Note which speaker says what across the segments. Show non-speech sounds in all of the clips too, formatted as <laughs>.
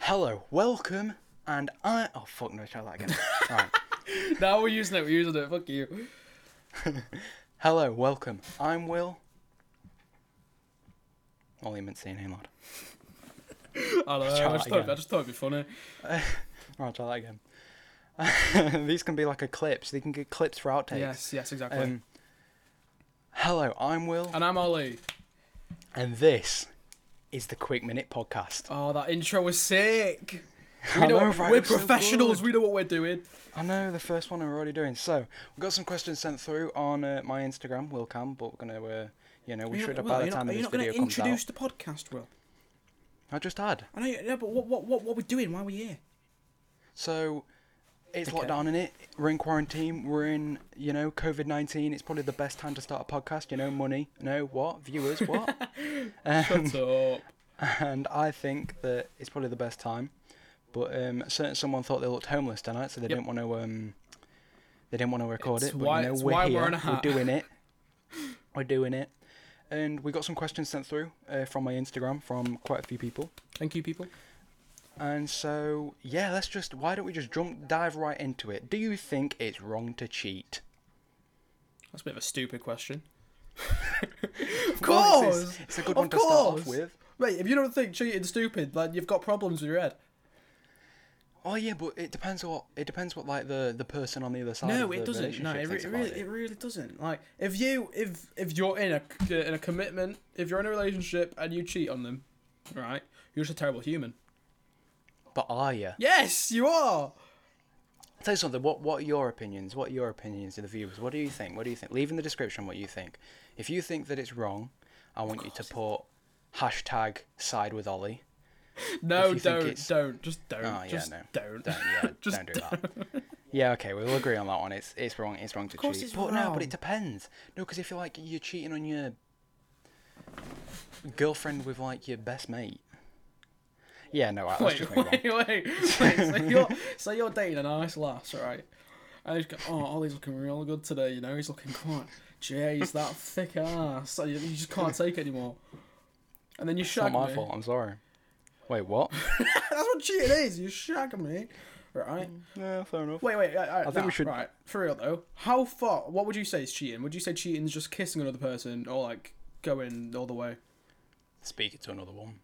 Speaker 1: hello, welcome, and I. Oh fuck no, try that
Speaker 2: <laughs>
Speaker 1: again. Alright.
Speaker 2: now we're using it. We're using it. Fuck you.
Speaker 1: Hello, welcome. I'm Will. Ollie meant saying name, lad.
Speaker 2: I, don't know, I,
Speaker 1: that
Speaker 2: just thought,
Speaker 1: again.
Speaker 2: I just thought it'd be funny.
Speaker 1: Alright, try that again. <laughs> These can be like a clips. They can get clips for outtakes.
Speaker 2: Yes, yes, exactly.
Speaker 1: Um, hello, I'm Will,
Speaker 2: and I'm Ollie.
Speaker 1: and this is the Quick Minute Podcast.
Speaker 2: Oh, that intro was sick.
Speaker 1: I
Speaker 2: We know,
Speaker 1: know, right?
Speaker 2: we're
Speaker 1: It was so
Speaker 2: professionals.
Speaker 1: good.
Speaker 2: we know what we're doing.
Speaker 1: I know the first one I'm already doing. So we've got some questions sent through on uh, my Instagram, WillCam, but we're gonna, uh, you know, we
Speaker 2: Are you
Speaker 1: should
Speaker 2: not-
Speaker 1: have
Speaker 2: Will,
Speaker 1: by
Speaker 2: are
Speaker 1: the
Speaker 2: you not-
Speaker 1: time
Speaker 2: are
Speaker 1: that
Speaker 2: you
Speaker 1: this
Speaker 2: not gonna
Speaker 1: video comes out.
Speaker 2: introduce the podcast, Will.
Speaker 1: I just had.
Speaker 2: I know, you- yeah, but what, what, what, what we're doing? Why we're
Speaker 1: <laughs>
Speaker 2: here?
Speaker 1: So it's
Speaker 2: Okay.
Speaker 1: lockdown in it. We're in quarantine. We're in, you know, COVID nineteen. It's probably the best time to start a podcast. You know, money. No, what viewers? What?
Speaker 2: <laughs> Shut up.
Speaker 1: and I think that it's probably the best time. But um, certain someone thought they looked homeless tonight, so they didn't want to. Um, they didn't want to record
Speaker 2: It's
Speaker 1: it. But
Speaker 2: why-
Speaker 1: you know,
Speaker 2: it's
Speaker 1: we're
Speaker 2: why we're
Speaker 1: here.
Speaker 2: on a
Speaker 1: we're
Speaker 2: hat.
Speaker 1: doing
Speaker 2: <laughs>
Speaker 1: it. We're doing it. And we got some questions sent through uh, from my Instagram from quite a few people.
Speaker 2: Thank you, people.
Speaker 1: And so, yeah, let's just. Why don't we just jump dive right into it? Do you think it's wrong to cheat?
Speaker 2: That's a bit of a
Speaker 1: <laughs>
Speaker 2: stupid question. of
Speaker 1: Well, it's- it's- it's a good
Speaker 2: Of
Speaker 1: one to start off
Speaker 2: course.
Speaker 1: with.
Speaker 2: Mate, if you don't think cheating's stupid, like you've got problems with your head.
Speaker 1: Oh yeah, but it depends what it depends what like the the person on the other side. of
Speaker 2: No,
Speaker 1: the
Speaker 2: it doesn't. No,
Speaker 1: relationship
Speaker 2: it, re-
Speaker 1: thinks
Speaker 2: it
Speaker 1: about
Speaker 2: really, it really doesn't. Like, if you, if if you're in a in a commitment, if you're in a relationship and you cheat on them, right, you're just a terrible human.
Speaker 1: But are you?
Speaker 2: Yes, you are.
Speaker 1: Tell you something. What What are your opinions? What are your opinions to the viewers? What do you think? What do you think? Leave in the description what you think. If you think that it's wrong, I want you to put hashtag side with Ollie. If
Speaker 2: No,
Speaker 1: you think
Speaker 2: don't,
Speaker 1: it's-
Speaker 2: don't, just don't,
Speaker 1: Oh yeah,
Speaker 2: just
Speaker 1: no,
Speaker 2: don't.
Speaker 1: don't,
Speaker 2: <laughs>
Speaker 1: yeah,
Speaker 2: Just
Speaker 1: don't do that.
Speaker 2: <laughs>
Speaker 1: Yeah, okay, we'll agree on that one. It's it's wrong. It's wrong to
Speaker 2: course
Speaker 1: cheat.
Speaker 2: it's
Speaker 1: but no, but
Speaker 2: wrong.
Speaker 1: it depends. No, because if you're like you're cheating on your girlfriend with like your best mate. Yeah, no, right, let's
Speaker 2: Wait,
Speaker 1: just move on.
Speaker 2: wait, wait, wait.
Speaker 1: <laughs>
Speaker 2: So you're, so you're dating a nice lass, right? And he's going, oh, Ollie's looking real good today, you know, he's looking quite, jeez, that thick ass. So you, you
Speaker 1: <laughs>
Speaker 2: just can't take it anymore. And then you
Speaker 1: It's
Speaker 2: shag
Speaker 1: not my
Speaker 2: me.
Speaker 1: fault. I'm sorry. Wait,
Speaker 2: <laughs>
Speaker 1: what?
Speaker 2: That's what cheating is, you shag me, right?
Speaker 1: yeah, fair enough.
Speaker 2: Mm. Wait, wait, I, I,
Speaker 1: think
Speaker 2: nah,
Speaker 1: we should-
Speaker 2: Right, for real though, how far, what would you say is cheating? Would you say cheating's just kissing another person or like going all the way?
Speaker 1: Speak it to another one.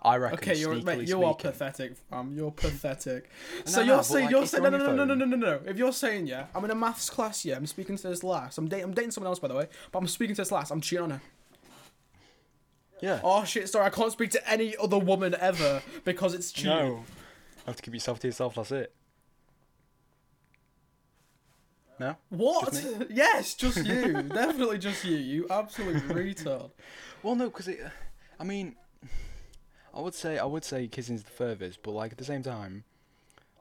Speaker 1: I reckon.
Speaker 2: Okay, you're
Speaker 1: sneakily
Speaker 2: mate, you are
Speaker 1: speaking-
Speaker 2: pathetic, fam. You're pathetic.
Speaker 1: <laughs>
Speaker 2: so
Speaker 1: no,
Speaker 2: you're
Speaker 1: but,
Speaker 2: saying
Speaker 1: like,
Speaker 2: you're
Speaker 1: if
Speaker 2: saying no
Speaker 1: you're
Speaker 2: no
Speaker 1: on
Speaker 2: no no
Speaker 1: your
Speaker 2: no no no no. If you're saying yeah, I'm in a maths class. Yeah, I'm speaking to this lass. I'm dating I'm dating someone else by the way, but I'm speaking to this lass. I'm cheating on her.
Speaker 1: Yeah.
Speaker 2: Oh shit! Sorry, I can't speak to any other woman ever because it's cheating.
Speaker 1: no. Have to keep yourself to yourself. That's it. No.
Speaker 2: What?
Speaker 1: Just
Speaker 2: <laughs> yes, just you. Definitely just you. You absolute <laughs> retard.
Speaker 1: Well, no, because it. uh, I mean, I would say I would say kissing's the furthest, but like at the same time,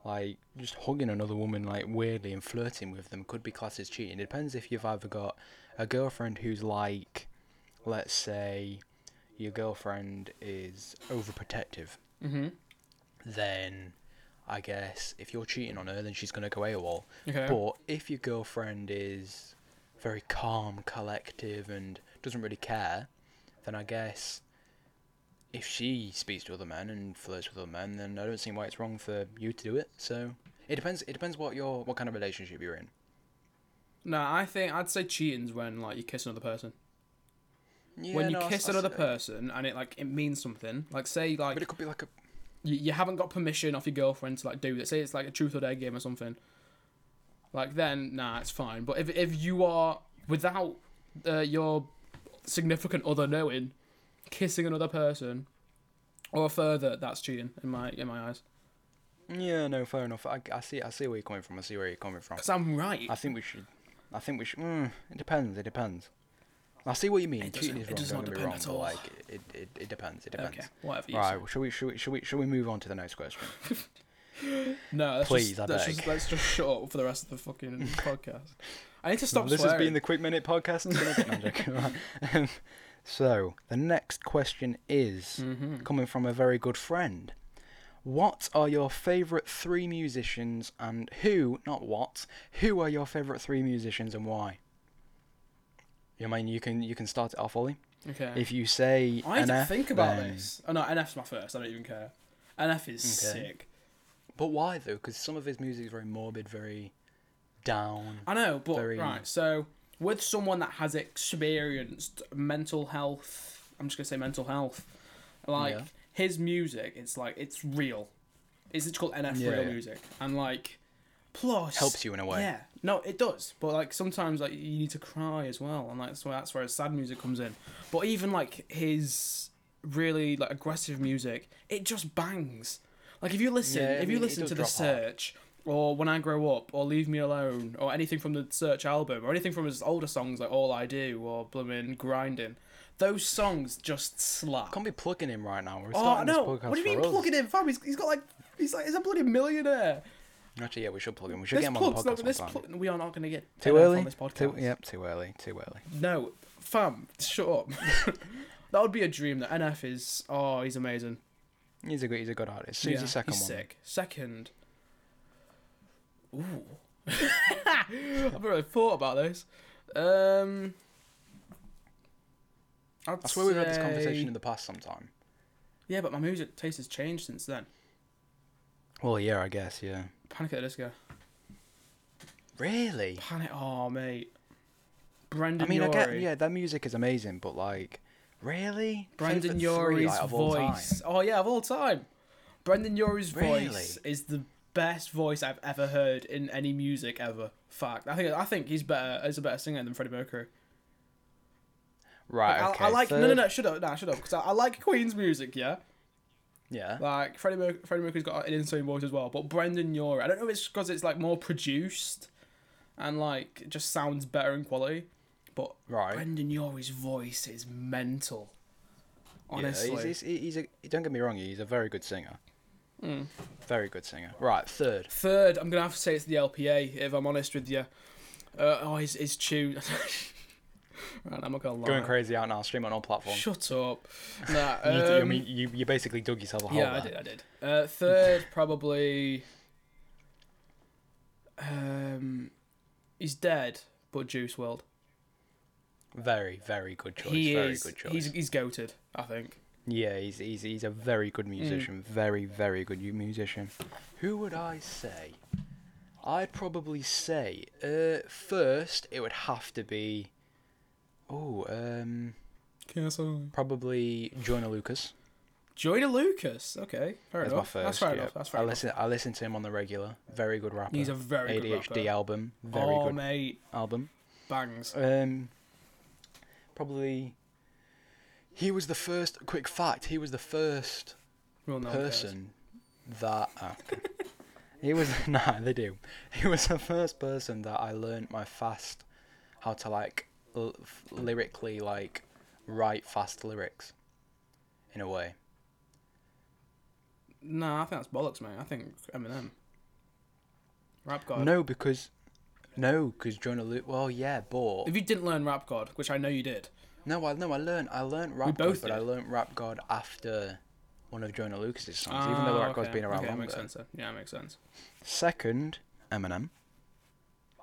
Speaker 1: like just hugging another woman like weirdly and flirting with them could be classed as cheating. It depends if you've either got a girlfriend who's like, let's say, your girlfriend is overprotective.
Speaker 2: Mm-hmm.
Speaker 1: Then, I guess if you're cheating on her, then she's gonna go AWOL.
Speaker 2: Okay.
Speaker 1: But if your girlfriend is very calm, collective, and doesn't really care, then I guess if she speaks to other men and flirts with other men, then I don't see why it's wrong for you to do it. So it depends. It depends what your what kind of relationship you're in.
Speaker 2: No, I think I'd say cheating's when like you kiss another person.
Speaker 1: Yeah,
Speaker 2: when you
Speaker 1: no, I s- I
Speaker 2: kiss
Speaker 1: s-
Speaker 2: another
Speaker 1: uh,
Speaker 2: person and it like it means something. Like say like
Speaker 1: but it could be like a
Speaker 2: you, you haven't got permission off your girlfriend to like do this. Say it's like a truth or dare game or something. Like then, nah, it's fine. But if if you are without uh, your significant other knowing, kissing another person, or further, that's cheating in my in my eyes.
Speaker 1: yeah, no, fair enough. I, I see. I see where you're coming from. I see where you're coming from.
Speaker 2: Cause I'm right.
Speaker 1: I think we should. I think we should. Mm, it depends. It depends. I see what you mean.
Speaker 2: It
Speaker 1: Cheating
Speaker 2: doesn't-
Speaker 1: is
Speaker 2: it
Speaker 1: wrong. don't
Speaker 2: does not
Speaker 1: get me
Speaker 2: depend
Speaker 1: wrong.
Speaker 2: at
Speaker 1: But
Speaker 2: all.
Speaker 1: like, it, it, it depends. It depends.
Speaker 2: okay, whatever you
Speaker 1: Right.
Speaker 2: say.
Speaker 1: Well, shall we? Shall we? Shall we? Shall we? Shall we move on to the next question?
Speaker 2: No, let's
Speaker 1: Please,
Speaker 2: just,
Speaker 1: I
Speaker 2: let's
Speaker 1: beg.
Speaker 2: just let's just shut up for the rest of the
Speaker 1: <laughs>
Speaker 2: fucking podcast. I need to stop
Speaker 1: this
Speaker 2: swearing.
Speaker 1: has been the Quick Minute
Speaker 2: <laughs>
Speaker 1: podcast. <laughs> No, I'm joking. Right. <laughs> Um, so the next question is
Speaker 2: Mm-hmm.
Speaker 1: coming from a very good friend. What are your favourite three musicians and who, not what, who are your favourite three musicians and why? You mean you can you can start it off, Ollie?
Speaker 2: okay.
Speaker 1: If you say
Speaker 2: I need
Speaker 1: NF,
Speaker 2: to think about
Speaker 1: then-
Speaker 2: this. Oh no, NF's my first. I don't even care. NF is
Speaker 1: Okay.
Speaker 2: sick.
Speaker 1: But why though? Because some of his music is very morbid, very down.
Speaker 2: I know, but
Speaker 1: Very-
Speaker 2: right. So with someone that has experienced mental health, I'm just gonna say mental health. Like
Speaker 1: Yeah.
Speaker 2: his music, it's like it's real. It's, it's called NF
Speaker 1: Yeah,
Speaker 2: real
Speaker 1: yeah.
Speaker 2: music, and like plus
Speaker 1: Helps you in a way.
Speaker 2: Yeah, no, it does. But like sometimes like you need to cry as well, and like, that's where that's where his sad music comes in. But even like his really like aggressive music, it just bangs. Like if you listen,
Speaker 1: Yeah, I
Speaker 2: if you
Speaker 1: mean, it
Speaker 2: listen
Speaker 1: does
Speaker 2: to the
Speaker 1: drop hard.
Speaker 2: search or when I grow up or leave me alone or anything from the search album or anything from his older songs like All I Do or Bloomin' Grinding, those songs just slap.
Speaker 1: Can't be plugging him right now. We're
Speaker 2: oh
Speaker 1: starting
Speaker 2: no!
Speaker 1: this podcast
Speaker 2: What do you mean
Speaker 1: for us.
Speaker 2: plugging in, fam? He's, he's got like he's like he's a bloody millionaire.
Speaker 1: Actually, yeah, we should plug him. We should
Speaker 2: This
Speaker 1: get him on the
Speaker 2: plug's not
Speaker 1: podcast
Speaker 2: this
Speaker 1: sometime.
Speaker 2: plug, we are not going to get
Speaker 1: too
Speaker 2: Tenet
Speaker 1: early.
Speaker 2: on this podcast.
Speaker 1: Too, yep, too early. Too early.
Speaker 2: No, fam, shut up. <laughs> that would be a dream. That NF is. Oh, he's amazing.
Speaker 1: He's a good. He's a good artist. Who's the
Speaker 2: Yeah,
Speaker 1: second
Speaker 2: he's
Speaker 1: one?
Speaker 2: sick. Second. Ooh. <laughs> I've not really thought about this. Um. I'd
Speaker 1: I swear we've had this
Speaker 2: say-
Speaker 1: conversation in the past sometime.
Speaker 2: Yeah, but my music taste has changed since then.
Speaker 1: Well, yeah, I guess, yeah.
Speaker 2: Panic at the Disco.
Speaker 1: Really?
Speaker 2: Panic. Oh, mate. Brendan
Speaker 1: I mean, I
Speaker 2: Urie.
Speaker 1: get, yeah, that music is amazing, but like, really?
Speaker 2: Brendan
Speaker 1: Favourite three,
Speaker 2: Urie's
Speaker 1: like, of all time?
Speaker 2: voice. Oh yeah, of all time. Brendan Urie's voice
Speaker 1: Really?
Speaker 2: is the best voice I've ever heard in any music ever. Fact. I think I think he's better as a better singer than Freddie Mercury.
Speaker 1: Right. Okay.
Speaker 2: I, I like no no
Speaker 1: third-
Speaker 2: no shut up no shut up because I, I like Queen's music yeah
Speaker 1: Yeah.
Speaker 2: like Freddie Mer- Freddie Mercury's got an insane voice as well but Brendan Urie I don't know if it's because it's like more produced and like it just sounds better in quality but
Speaker 1: Right.
Speaker 2: Brendan Urie's voice is mental.
Speaker 1: Yeah,
Speaker 2: Honestly,
Speaker 1: he's, he's, he's a, don't get me wrong, he's a very good singer.
Speaker 2: Mm.
Speaker 1: Very good singer. Right, third.
Speaker 2: Third, I'm gonna have to say it's the LPA. If I'm honest with you, uh, oh, his his tune. <laughs> right, I'm not gonna lie.
Speaker 1: Going crazy out now, stream on all platforms.
Speaker 2: Shut
Speaker 1: <laughs>
Speaker 2: up. Nah,
Speaker 1: You, you- I
Speaker 2: um,
Speaker 1: mean, you, you basically dug yourself a hole.
Speaker 2: yeah, I
Speaker 1: there.
Speaker 2: did. I did. Uh, third, <laughs> probably. Um, he's dead, but Juice World.
Speaker 1: Very, very good choice.
Speaker 2: he
Speaker 1: very
Speaker 2: is.
Speaker 1: good choice.
Speaker 2: He's he's goated. I think.
Speaker 1: Yeah, he's, he's he's a very
Speaker 2: Mm.
Speaker 1: good musician. Very, very good u- musician. Who would I say? I'd probably say uh, first it would have to be oh um probably Jonah Lucas.
Speaker 2: Joyner Lucas. Okay, fair
Speaker 1: That's my
Speaker 2: enough.
Speaker 1: first.
Speaker 2: That's fair
Speaker 1: yeah.
Speaker 2: enough. That's fair
Speaker 1: I
Speaker 2: enough.
Speaker 1: listen I listen to him on the regular. Very good rapper.
Speaker 2: He's a very good
Speaker 1: ADHD
Speaker 2: rapper.
Speaker 1: album. Very
Speaker 2: oh
Speaker 1: good
Speaker 2: mate,
Speaker 1: album.
Speaker 2: bangs.
Speaker 1: Um, probably. He was the first. Quick fact: He was the first
Speaker 2: Well, no one cares.
Speaker 1: person that. oh, okay. <laughs> he was <laughs> nah. They do. He was the first person that I learned my fast, how to like l- f- lyrically like write fast lyrics, in a way.
Speaker 2: No, I think that's bollocks, mate. I think Eminem. Rap God.
Speaker 1: No, because. No, because Jonah Luke. Well, yeah, but
Speaker 2: If you didn't learn Rap God, which I know you did,
Speaker 1: no, I no, I learned I learned rap,
Speaker 2: both
Speaker 1: God, but I
Speaker 2: did.
Speaker 1: learned rap god after one of Jonah Lucas's songs, even though
Speaker 2: Ah,
Speaker 1: rap god's
Speaker 2: okay.
Speaker 1: been around
Speaker 2: okay, that
Speaker 1: longer.
Speaker 2: makes sense. Then. Yeah, that makes sense.
Speaker 1: Second, Eminem.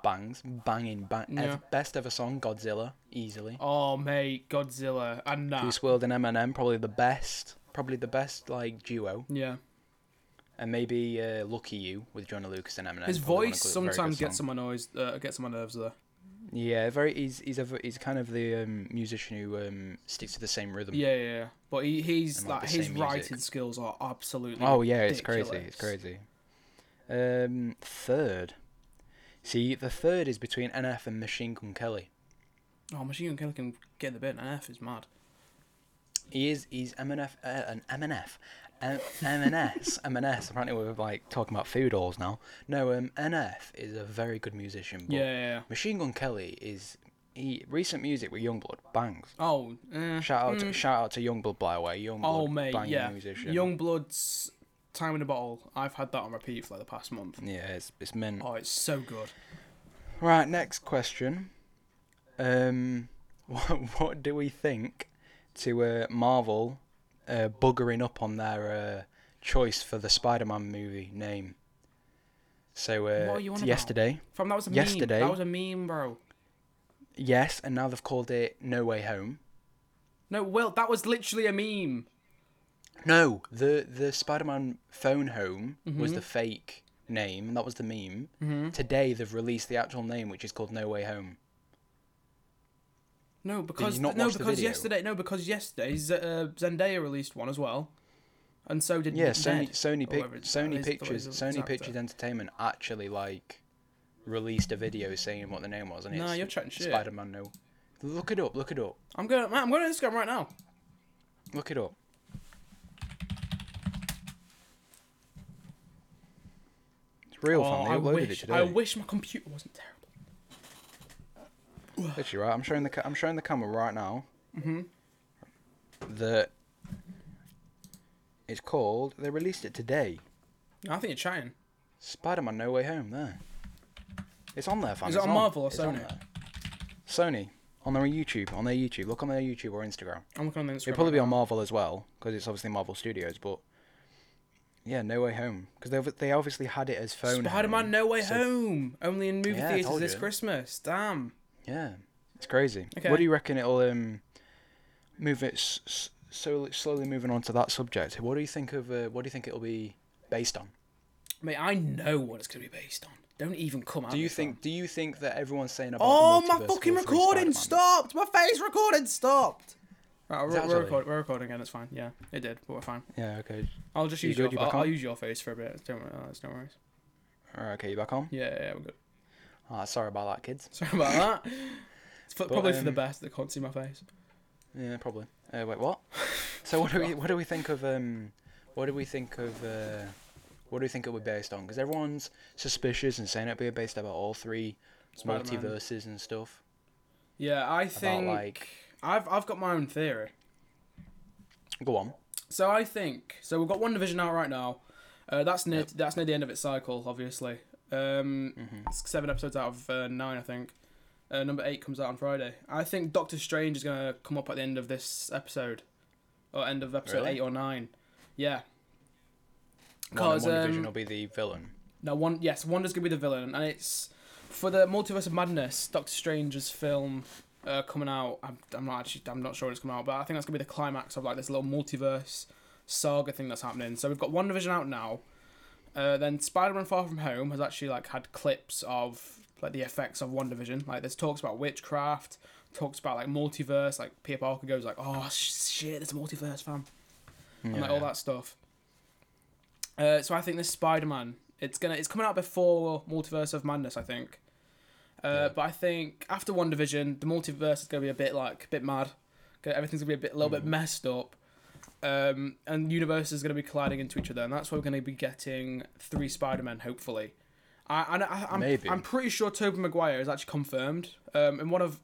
Speaker 1: Bangs, banging, bang.
Speaker 2: Yeah.
Speaker 1: ev- best ever song, Godzilla, easily.
Speaker 2: Oh, mate, Godzilla and nah.
Speaker 1: Juice World and Eminem, probably the best, probably the best like duo,
Speaker 2: Yeah,
Speaker 1: and maybe uh, Lucky You with Jonah Lucas and Eminem.
Speaker 2: his
Speaker 1: probably one of
Speaker 2: voice
Speaker 1: the very good
Speaker 2: sometimes
Speaker 1: songs.
Speaker 2: gets on my noise, uh, gets on my nerves there.
Speaker 1: Yeah, very. He's he's a, he's kind of the um, musician who um, sticks to the same rhythm.
Speaker 2: Yeah, yeah, yeah. But he, he's
Speaker 1: And, like,
Speaker 2: like,
Speaker 1: the
Speaker 2: his
Speaker 1: same music.
Speaker 2: writing skills are absolutely.
Speaker 1: Oh yeah, it's crazy.
Speaker 2: ridiculous.
Speaker 1: It's crazy. Um, third. See, the third is between NF and Machine Gun Kelly.
Speaker 2: Oh, Machine Gun Kelly can get in the bin. F is mad.
Speaker 1: He is he's MNF uh, an MNF. M-
Speaker 2: <laughs>
Speaker 1: MNS, MNS. Apparently, we're like talking about food halls now. No, um, NF is a very good musician. But
Speaker 2: Yeah, yeah, yeah.
Speaker 1: Machine Gun Kelly is he recent music with Youngblood bangs.
Speaker 2: Oh, eh.
Speaker 1: Shout out, to, shout out to Youngblood, by the way. Youngblood,
Speaker 2: oh, mate,
Speaker 1: banging
Speaker 2: yeah.
Speaker 1: musician.
Speaker 2: Youngblood's Time in a Bottle. I've had that on repeat for like the past month.
Speaker 1: Yeah, it's it's mint.
Speaker 2: Oh, it's so good.
Speaker 1: Right, next question. Um, <laughs> what, what do we think to uh, Marvel uh, buggering up on their uh, choice for the Spider-Man movie name? So uh,
Speaker 2: What are you on
Speaker 1: t-
Speaker 2: about?
Speaker 1: yesterday,
Speaker 2: From that was a
Speaker 1: Yesterday-
Speaker 2: meme. That was a meme, bro.
Speaker 1: yes, and now they've called it No Way Home.
Speaker 2: No, well, that was literally a meme.
Speaker 1: No, the the Spider-Man phone home
Speaker 2: Mm-hmm.
Speaker 1: was the fake name. That was the meme. Today they've released the actual name, which is called No Way Home.
Speaker 2: No, because
Speaker 1: not
Speaker 2: no,
Speaker 1: watch the
Speaker 2: because
Speaker 1: video?
Speaker 2: yesterday, no, because yesterday Z- uh, Zendaya released one as well, and so did
Speaker 1: Yeah, Sony
Speaker 2: Zed,
Speaker 1: Sony,
Speaker 2: or
Speaker 1: pic-
Speaker 2: whatever it's- that
Speaker 1: Sony
Speaker 2: is- that is
Speaker 1: Pictures
Speaker 2: the
Speaker 1: Sony
Speaker 2: exact-
Speaker 1: Pictures Entertainment actually like released a video saying what the name was, and
Speaker 2: Nah,
Speaker 1: it's
Speaker 2: you're chatting shit.
Speaker 1: Spider-Man No. Look it up. Look it up.
Speaker 2: I'm gonna, man, I'm going to Instagram right now.
Speaker 1: Look it up. It's real,
Speaker 2: Oh,
Speaker 1: family.
Speaker 2: I
Speaker 1: uploaded it
Speaker 2: wish,
Speaker 1: today.
Speaker 2: I wish my computer wasn't terrible.
Speaker 1: Literally, right. I'm showing the ca- I'm showing the camera right now.
Speaker 2: Mm-hmm.
Speaker 1: Mhm. That it's called. They released it today.
Speaker 2: No, I think you're chatting.
Speaker 1: Spider-Man: No Way Home. There. It's on there, fam.
Speaker 2: Is it
Speaker 1: it's
Speaker 2: on Marvel or
Speaker 1: It's on
Speaker 2: Sony?
Speaker 1: there. Sony on their YouTube. On their YouTube. Look on their YouTube or Instagram.
Speaker 2: I'm looking on the Instagram.
Speaker 1: It'll probably be
Speaker 2: right
Speaker 1: on Marvel as well because it's obviously Marvel Studios. But yeah, No Way Home because they ob- they obviously had it as phone.
Speaker 2: now. Spider-Man:
Speaker 1: home,
Speaker 2: No Way
Speaker 1: so-
Speaker 2: Home, only in movie
Speaker 1: Yeah, I
Speaker 2: theaters
Speaker 1: told
Speaker 2: this
Speaker 1: you.
Speaker 2: Christmas. Damn.
Speaker 1: Yeah, it's crazy.
Speaker 2: Okay.
Speaker 1: What do you reckon it'll um move it s- s- so slowly moving on to that subject? What do you think of uh, what do you think it'll be based on?
Speaker 2: Mate, I know what it's gonna be based on. Don't even come at
Speaker 1: Do
Speaker 2: me,
Speaker 1: you
Speaker 2: fam.
Speaker 1: think do you think that everyone's saying about
Speaker 2: Oh,
Speaker 1: the multiverse
Speaker 2: my
Speaker 1: will
Speaker 2: fucking
Speaker 1: free Spider-Man?
Speaker 2: recording stopped. My face recording stopped. Right, we're,
Speaker 1: actually-
Speaker 2: we're, record, we're recording again. It's fine. Yeah, it did, but we're fine.
Speaker 1: Yeah. Okay.
Speaker 2: I'll just
Speaker 1: You
Speaker 2: use
Speaker 1: good?
Speaker 2: your.
Speaker 1: You back
Speaker 2: I'll, I'll
Speaker 1: on?
Speaker 2: use your face for a bit. Don't worry. oh, It's no worries.
Speaker 1: All right. Okay. You back on?
Speaker 2: Yeah, yeah, yeah, we're good. <laughs>
Speaker 1: Ah, sorry about that, kids.
Speaker 2: Sorry about that. It's for, probably for the
Speaker 1: um,
Speaker 2: best. They can't see my face.
Speaker 1: Yeah, probably. Uh, wait, <laughs> what? so what do we what do we think of um what do we think of uh what do we think it'll be based on? Because everyone's suspicious and saying it'll be based about all 3
Speaker 2: Spider-Man.
Speaker 1: multiverses and stuff.
Speaker 2: Yeah, I think
Speaker 1: like-
Speaker 2: I've I've got my own theory.
Speaker 1: Go on.
Speaker 2: So I think so. We've got one division out right now. Uh, that's near that's near the end of its cycle, obviously. Um, it's seven episodes out of uh, nine, I think. Uh, number eight comes out on Friday. I think Doctor Strange is gonna come up at the end of this episode, or end of episode
Speaker 1: Really?
Speaker 2: eight or nine. Yeah.
Speaker 1: Because
Speaker 2: Cause
Speaker 1: one
Speaker 2: um,
Speaker 1: division will be the villain.
Speaker 2: no one. Yes, Wanda's gonna be the villain, and it's for the Multiverse of Madness. Doctor Strange's film uh, coming out. I'm, I'm not actually. I'm not sure when it's coming out, but I think that's gonna be the climax of like this little multiverse saga thing that's happening. So we've got One Division out now. Uh, then Spider-Man: Far From Home has actually like had clips of like the effects of One Division. Like there's talks about witchcraft, talks about like multiverse. Like Peter Parker goes like, "Oh sh- shit, there's a multiverse, fam," and like all that stuff. Uh, so I think this Spider-Man, it's gonna it's coming out before Multiverse of Madness, I think. Uh, But I think after One Division, the multiverse is gonna be a bit like a bit mad. 'Kay, Everything's gonna be a bit a
Speaker 1: Mm.
Speaker 2: little bit messed up, um, and universes are gonna be colliding into each other, and that's why we're gonna be getting three Spider-Men, hopefully. I, and I, I'm,
Speaker 1: Maybe.
Speaker 2: I'm pretty sure Tobey Maguire is actually confirmed. Um, in one of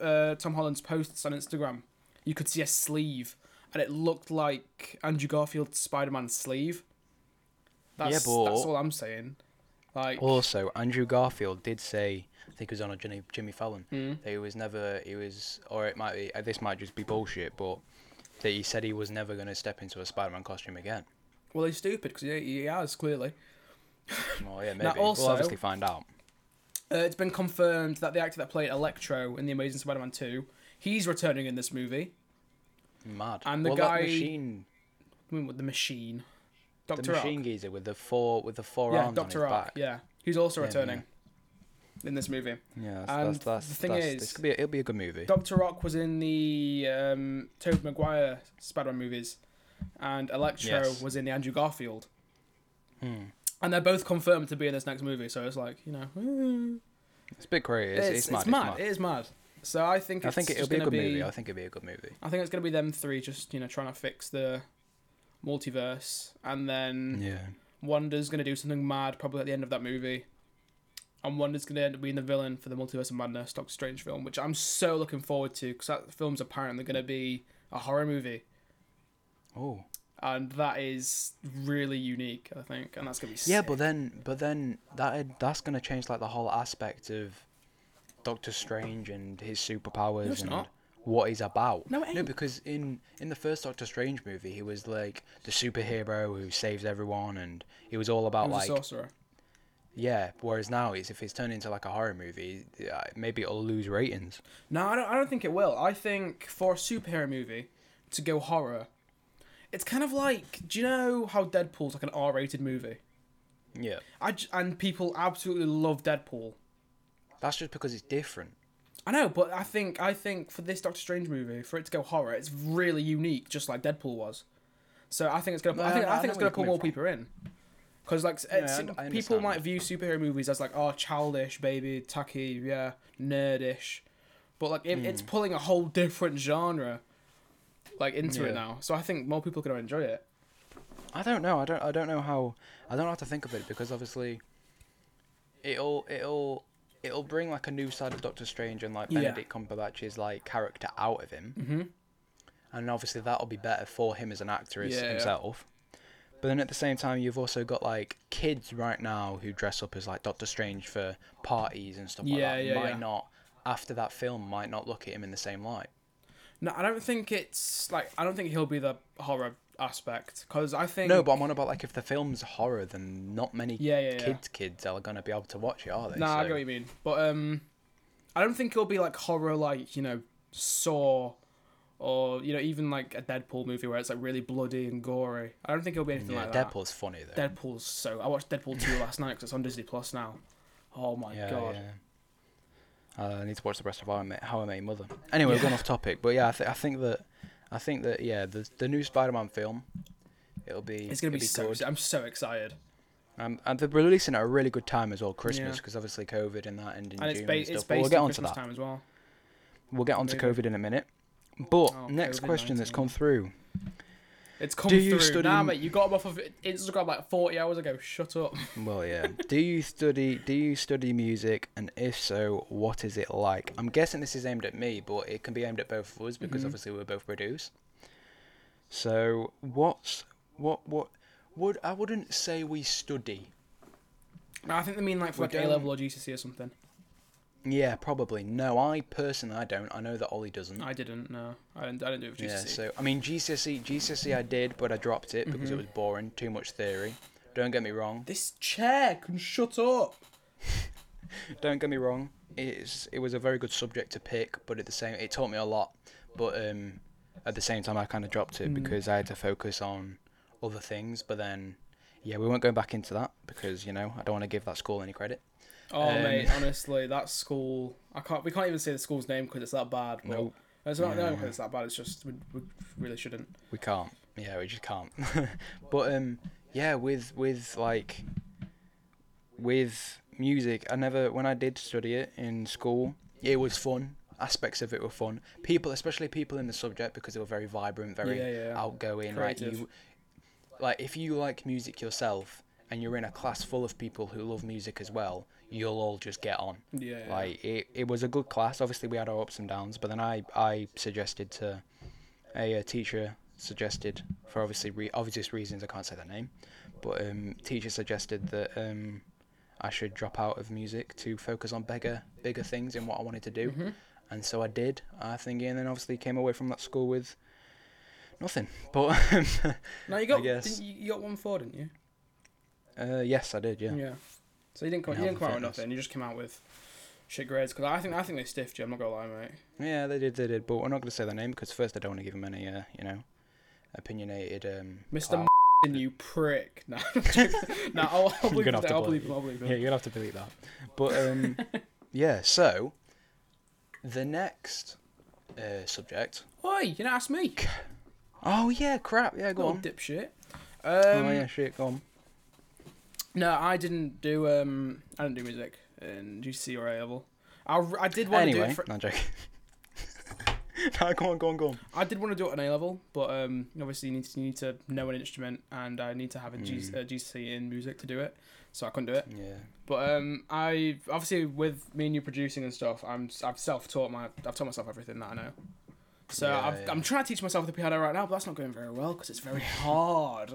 Speaker 2: uh, Tom Holland's posts on Instagram, you could see a sleeve, and it looked like Andrew Garfield's Spider-Man's sleeve. That's,
Speaker 1: but-
Speaker 2: that's all I'm saying. Like,
Speaker 1: Also, Andrew Garfield did say, I think it was on a Jimmy, Jimmy Fallon,
Speaker 2: Hmm.
Speaker 1: that he was never, he was, or it might be, uh, this might just be bullshit, but that he said he was never going to step into a Spider-Man costume again.
Speaker 2: well, he's stupid because he, he has clearly.
Speaker 1: Well, yeah, maybe.
Speaker 2: also-
Speaker 1: we'll obviously find out.
Speaker 2: Uh, it's been confirmed that the actor that played Electro in the Amazing Spider-Man Two, he's returning in this movie.
Speaker 1: Mad.
Speaker 2: And the
Speaker 1: well,
Speaker 2: guy-
Speaker 1: that machine,
Speaker 2: I mean, with the Machine,
Speaker 1: the
Speaker 2: Doctor Ock.
Speaker 1: machine geezer with the four, with the four
Speaker 2: Yeah,
Speaker 1: arms on
Speaker 2: Doctor
Speaker 1: his
Speaker 2: Ock.
Speaker 1: back.
Speaker 2: Yeah, he's also returning in this movie.
Speaker 1: Yeah, that's,
Speaker 2: And
Speaker 1: that's, that's,
Speaker 2: the thing
Speaker 1: that's-
Speaker 2: is-
Speaker 1: this could be a, it'll be a good movie.
Speaker 2: Doctor Rock was in the um, Tobey Maguire Spider-Man movies, and Electro
Speaker 1: Yes. Hmm.
Speaker 2: was in the Andrew Garfield. And they're both confirmed to be in this next movie, so it's like you know, mm,
Speaker 1: It's a bit crazy. It's,
Speaker 2: it's,
Speaker 1: it's,
Speaker 2: it's
Speaker 1: mad.
Speaker 2: mad. It is mad. So I think
Speaker 1: I
Speaker 2: it's
Speaker 1: think
Speaker 2: just
Speaker 1: it'll be a
Speaker 2: gonna
Speaker 1: good
Speaker 2: be,
Speaker 1: movie. I think it'll be a good movie.
Speaker 2: I think it's gonna be them three just you know trying to fix the multiverse, and then
Speaker 1: Yeah.
Speaker 2: Wanda's gonna do something mad probably at the end of that movie. And Wanda's gonna end up being the villain for the Multiverse of Madness Doctor Strange film, which I'm so looking forward to because that film's apparently gonna be a horror movie,
Speaker 1: Oh.
Speaker 2: and that is really unique, I think, and that's gonna be
Speaker 1: Yeah,
Speaker 2: sick.
Speaker 1: but then, but then that that's gonna change like the whole aspect of Doctor Strange and his superpowers
Speaker 2: it's
Speaker 1: and
Speaker 2: not.
Speaker 1: what he's about.
Speaker 2: No, it
Speaker 1: No,
Speaker 2: ain't.
Speaker 1: because in in the first Doctor Strange movie, he was like the superhero who saves everyone, and it was all about
Speaker 2: He was a
Speaker 1: like
Speaker 2: sorcerer.
Speaker 1: yeah. Whereas now, it's if it's turned into like a horror movie, uh, maybe it'll lose ratings.
Speaker 2: No, I don't. I don't think it will. I think for a superhero movie to go horror, it's kind of like do you know how Deadpool's like an R-rated movie?
Speaker 1: Yeah.
Speaker 2: I j- and people absolutely love Deadpool.
Speaker 1: That's just because it's different.
Speaker 2: I know, but I think I think for this Doctor Strange movie, for it to go horror, it's really unique, just like Deadpool was. So I think it's gonna.
Speaker 1: No,
Speaker 2: I think
Speaker 1: no,
Speaker 2: I
Speaker 1: I know
Speaker 2: think it's
Speaker 1: where
Speaker 2: gonna
Speaker 1: you're
Speaker 2: pull
Speaker 1: coming
Speaker 2: more
Speaker 1: from.
Speaker 2: people in. Because like it's,
Speaker 1: I- I
Speaker 2: people
Speaker 1: understand.
Speaker 2: might view superhero movies as like oh childish, baby, tacky, yeah, nerdish, but like it,
Speaker 1: Hmm.
Speaker 2: it's pulling a whole different genre, like into it
Speaker 1: Yeah.
Speaker 2: now. So I think more people are gonna enjoy it.
Speaker 1: I don't know. I don't. I don't know how. I don't know how to think of it because obviously, it'll it'll it'll bring like a new side of Doctor Strange and like
Speaker 2: Yeah.
Speaker 1: Benedict Cumberbatch's like character out of him, mm-hmm. and obviously that'll be better for him as an actor as
Speaker 2: Yeah, yeah.
Speaker 1: himself. But then at the same time, you've also got like kids right now who dress up as like Doctor Strange for parties and stuff like
Speaker 2: Yeah,
Speaker 1: that.
Speaker 2: yeah,
Speaker 1: might
Speaker 2: yeah.
Speaker 1: not after that film might not look at him in the same light.
Speaker 2: No, I don't think it's like I don't think he'll be the horror aspect because I think
Speaker 1: No, but I'm on about like if the film's horror, then not many
Speaker 2: Yeah, yeah, yeah.
Speaker 1: kids kids are gonna be able to watch it, are they?
Speaker 2: No, I
Speaker 1: So-
Speaker 2: get what you mean. But um, I don't think it'll be like horror, like you know, Saw, or you know, even like a Deadpool movie where it's like really bloody and gory. I don't think it'll be anything
Speaker 1: Yeah,
Speaker 2: like that.
Speaker 1: Deadpool's funny though.
Speaker 2: Deadpool's so. I watched Deadpool two last night because it's on Disney Plus now. Oh my
Speaker 1: yeah,
Speaker 2: god.
Speaker 1: yeah. Uh, I need to watch the rest of How I Met, How I Met Your Mother. Anyway, we're going off topic, but yeah, I, th- I think that, I think that yeah, the the new Spider-Man film, it'll be
Speaker 2: It's gonna
Speaker 1: it'll
Speaker 2: be, so.
Speaker 1: good.
Speaker 2: I'm so excited,
Speaker 1: Um, and they're releasing it at a really good time as well, Christmas,
Speaker 2: Yeah.
Speaker 1: because obviously COVID and that, and in
Speaker 2: and it's,
Speaker 1: June
Speaker 2: ba-
Speaker 1: and
Speaker 2: it's
Speaker 1: stuff.
Speaker 2: based
Speaker 1: But we'll
Speaker 2: on
Speaker 1: get onto
Speaker 2: Christmas
Speaker 1: that.
Speaker 2: time as well.
Speaker 1: We'll get onto
Speaker 2: Maybe.
Speaker 1: COVID in a minute. But
Speaker 2: Oh,
Speaker 1: next question that's
Speaker 2: COVID-19.
Speaker 1: come through.
Speaker 2: It's come
Speaker 1: Do you
Speaker 2: through.
Speaker 1: study-
Speaker 2: Nah, mate, you got them off of Instagram like 40 hours ago.
Speaker 1: <laughs>
Speaker 2: Shut up.
Speaker 1: Well, yeah. do you study? Do you study music? And if so, what is it like? I'm guessing this is aimed at me, but it can be aimed at both of us because obviously we're both produce. So what's what what would I wouldn't say we study.
Speaker 2: Nah, I think they mean like for
Speaker 1: We
Speaker 2: like
Speaker 1: don't-
Speaker 2: A level or GCSE or something.
Speaker 1: Yeah, probably. No, I personally I don't. I know that Ollie doesn't.
Speaker 2: I didn't. No, I didn't. I didn't do it for GCSE.
Speaker 1: Yeah. So I mean GCSE GCSE I did, but I dropped it because it was boring, too much theory. Don't get me wrong.
Speaker 2: This chair can shut up.
Speaker 1: Don't get me wrong. It's it was a very good subject to pick, but at the same, it taught me a lot. But um, at the same time, I kind of dropped it because I had to focus on other things. But then, yeah, we weren't going back into that because you know I don't want to give that school any credit.
Speaker 2: Oh
Speaker 1: Um,
Speaker 2: mate, honestly, that school. I can't. We can't even say the school's name because it's that bad. But
Speaker 1: Nope.
Speaker 2: It's not no, because it's that bad. It's just we, we really shouldn't.
Speaker 1: We can't. Yeah, we just can't. <laughs> but um, yeah, with with like with music, I never when I did study it in school, it was fun. Aspects of it were fun. People, especially people in the subject, because they were very vibrant, very
Speaker 2: Yeah, yeah.
Speaker 1: outgoing. Like
Speaker 2: Creative.
Speaker 1: you, like if you like music yourself, and you're in a class full of people who love music as well, you'll all just get on.
Speaker 2: Yeah. yeah.
Speaker 1: Like it, it was a good class. Obviously, we had our ups and downs, but then I, I suggested to a, uh teacher suggested for obviously re- obvious reasons I can't say the name, but um, teacher suggested that um, I should drop out of music to focus on bigger bigger things in what I wanted to do,
Speaker 2: Mm-hmm.
Speaker 1: and so I did. I think, and then obviously came away from that school with nothing. But <laughs> um,
Speaker 2: now you got.
Speaker 1: guess.
Speaker 2: Didn't, you you got one four, didn't you?
Speaker 1: uh, yes, I did. Yeah.
Speaker 2: So you didn't come.
Speaker 1: And
Speaker 2: You
Speaker 1: health
Speaker 2: didn't come out
Speaker 1: and
Speaker 2: with
Speaker 1: fitness.
Speaker 2: nothing. You just came out with shit grades. Because I think I think they stiffed you. I'm not gonna lie, mate.
Speaker 1: Yeah, they did, they did. But we're not going to say their name because first I don't want to give them any, uh, you know, opinionated. Um,
Speaker 2: Mr.
Speaker 1: clout.
Speaker 2: you prick. <laughs> No, I'm joking. no, I'll, I'll
Speaker 1: <laughs> You're
Speaker 2: believe
Speaker 1: gonna have
Speaker 2: it.
Speaker 1: to
Speaker 2: I'll
Speaker 1: believe
Speaker 2: believe it. I'll believe
Speaker 1: Yeah,
Speaker 2: it.
Speaker 1: you're gonna have to delete that. But
Speaker 2: <laughs>
Speaker 1: um, yeah, so the next uh, subject.
Speaker 2: Why? You didn't ask me.
Speaker 1: Oh yeah, crap. Yeah, go
Speaker 2: Little
Speaker 1: on.
Speaker 2: dipshit. Um,
Speaker 1: oh yeah, shit, go on.
Speaker 2: No, I didn't do um I didn't do music in GC or A level. I, I did want to do
Speaker 1: Anyway,
Speaker 2: it for,
Speaker 1: no I'm joking. <laughs> no, go on, go on, go on.
Speaker 2: I did want to do it on A level, but um obviously you need to you need to know an instrument and I need to have a G,
Speaker 1: Mm.
Speaker 2: a GC in music to do it, so I couldn't do it.
Speaker 1: Yeah.
Speaker 2: But um I obviously with me and you producing and stuff, I'm I've self taught my I've taught myself everything that I know. So
Speaker 1: Yeah,
Speaker 2: I've,
Speaker 1: yeah.
Speaker 2: I'm trying to teach myself the piano right now, but that's not going very well because it's very hard.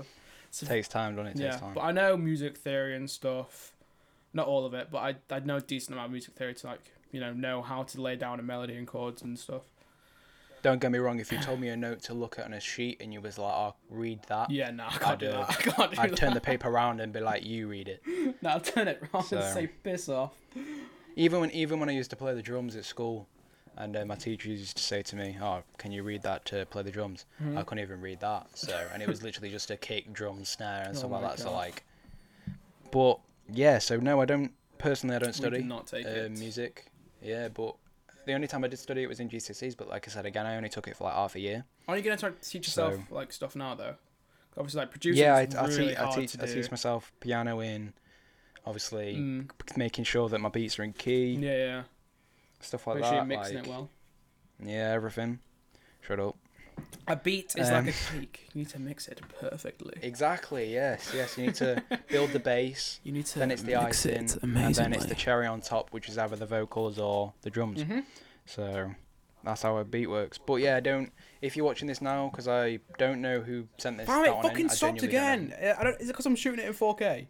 Speaker 1: takes time, doesn't it? Takes
Speaker 2: yeah,
Speaker 1: time.
Speaker 2: but I know music theory and stuff. Not all of it, but I I know a decent amount of music theory to like you know know how to lay down a melody and chords and stuff.
Speaker 1: Don't get me wrong. If you told me a note to look at on a sheet and you was like, "I'll read that,"
Speaker 2: Yeah, no, I can't do
Speaker 1: uh,
Speaker 2: that. <laughs> I can't do
Speaker 1: I'd
Speaker 2: that.
Speaker 1: turn the paper around and be like, "You read it."
Speaker 2: no, I'll turn it round
Speaker 1: So-
Speaker 2: and say piss off.
Speaker 1: Even when even when I used to play the drums at school, And uh, my teacher used to say to me, "Oh, can you read that to play the drums?"
Speaker 2: Hmm.
Speaker 1: I couldn't even read that. So, and it was literally just a kick, drum, snare, and
Speaker 2: <laughs> Oh
Speaker 1: stuff like
Speaker 2: my
Speaker 1: that. So,
Speaker 2: God.
Speaker 1: like, but yeah. So no, I don't personally. I don't
Speaker 2: We
Speaker 1: study
Speaker 2: did not take
Speaker 1: uh,
Speaker 2: it.
Speaker 1: music. Yeah, but the only time I did study it was in GCSEs. But like I said again, I only took it for like half a year.
Speaker 2: Are you gonna try to teach yourself
Speaker 1: So-
Speaker 2: like stuff now though? 'Cause Obviously, like producing.
Speaker 1: yeah, I,
Speaker 2: is
Speaker 1: I,
Speaker 2: really
Speaker 1: te- I
Speaker 2: hard
Speaker 1: teach.
Speaker 2: to
Speaker 1: I
Speaker 2: do.
Speaker 1: teach myself piano in, obviously,
Speaker 2: Mm.
Speaker 1: p- making sure that my beats are in key,
Speaker 2: Yeah, yeah.
Speaker 1: stuff like
Speaker 2: Make sure you're
Speaker 1: that.
Speaker 2: mixing
Speaker 1: like,
Speaker 2: it well.
Speaker 1: Yeah, everything. Shut up.
Speaker 2: A beat is
Speaker 1: Um,
Speaker 2: like a cake. You need to mix it perfectly.
Speaker 1: Exactly. Yes. Yes. You need to build the bass.
Speaker 2: You need <laughs> to
Speaker 1: Then it's the
Speaker 2: mix
Speaker 1: icing,
Speaker 2: it
Speaker 1: and then it's the
Speaker 2: amazingly.
Speaker 1: cherry on top, which is either the vocals or the drums.
Speaker 2: Mhm.
Speaker 1: So that's how a beat works. But yeah, don't. If you're watching this now, because I don't know who sent this.
Speaker 2: Bam,
Speaker 1: that
Speaker 2: it
Speaker 1: one in,
Speaker 2: fucking
Speaker 1: I
Speaker 2: stopped
Speaker 1: genuinely don't know.
Speaker 2: again. Uh, I don't, is it because I'm shooting it in 4K?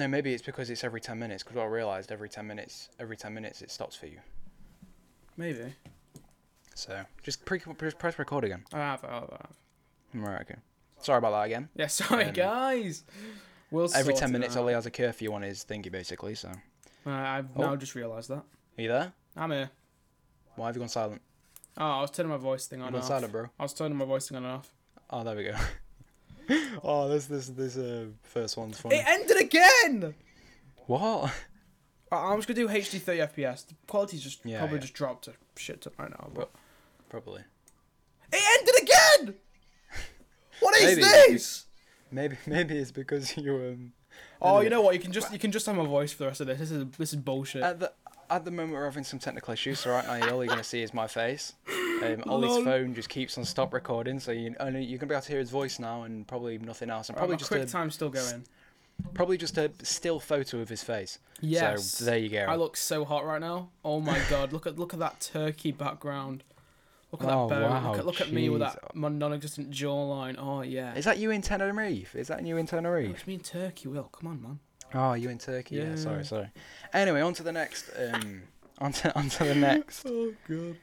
Speaker 1: No, maybe it's because it's every ten minutes. Because I realised every ten minutes, every ten minutes it stops for you.
Speaker 2: Maybe.
Speaker 1: So just pre- press press record again.
Speaker 2: I have, I have, I have.
Speaker 1: Right. Okay. Sorry about that again.
Speaker 2: Yeah, <laughs> sorry,
Speaker 1: Um,
Speaker 2: guys. We'll
Speaker 1: Every
Speaker 2: sort
Speaker 1: ten
Speaker 2: it
Speaker 1: minutes,
Speaker 2: out.
Speaker 1: Ollie has a curfew on his thingy, basically. So are
Speaker 2: Uh, I've
Speaker 1: Oh.
Speaker 2: now just realised that.
Speaker 1: you there?
Speaker 2: I'm here.
Speaker 1: Why have you gone silent?
Speaker 2: Oh, I was turning my voice thing on
Speaker 1: You've
Speaker 2: and
Speaker 1: gone
Speaker 2: off.
Speaker 1: silent, bro.
Speaker 2: I was turning my voice thing on and off.
Speaker 1: Oh, there we go. <laughs> oh, this this this uh, first one's funny.
Speaker 2: It ended again!
Speaker 1: what? <laughs>
Speaker 2: I- I'm just gonna do HD 30 FPS. The quality's just
Speaker 1: Yeah,
Speaker 2: probably
Speaker 1: yeah.
Speaker 2: just dropped a shit ton right now. But
Speaker 1: Probably.
Speaker 2: it ended <laughs> again. What is
Speaker 1: Maybe.
Speaker 2: this?
Speaker 1: Maybe <laughs> maybe it's because you um.
Speaker 2: Oh, you know what? You can just you can just have my voice for the rest of this. This is this is bullshit.
Speaker 1: At the at the moment we're having some technical issues, so right now all you're gonna see is my face.
Speaker 2: <laughs>
Speaker 1: Um, Ollie's
Speaker 2: Lol.
Speaker 1: phone just keeps on stop recording, so you only you're gonna be able to hear his voice now and probably nothing else, and probably
Speaker 2: Probably my
Speaker 1: just
Speaker 2: quick
Speaker 1: a
Speaker 2: time's still going.
Speaker 1: probably just a still photo of his face.
Speaker 2: Yes.
Speaker 1: So there you go.
Speaker 2: I look so hot right now. Oh my god! Look at look at that turkey background. Look at
Speaker 1: Oh,
Speaker 2: that bow.
Speaker 1: wow,
Speaker 2: look at, look at me with
Speaker 1: jeez.
Speaker 2: that mon- non-existent jawline. Oh yeah.
Speaker 1: Is that you in Tenerife? Is that you in Tenerife?
Speaker 2: It's me and Turkey. Will come on, man.
Speaker 1: Oh, you in Turkey? Yeah.
Speaker 2: Yeah.
Speaker 1: Sorry, sorry. Anyway, on to the next. Um, <laughs> on to on to the next.
Speaker 2: Oh god.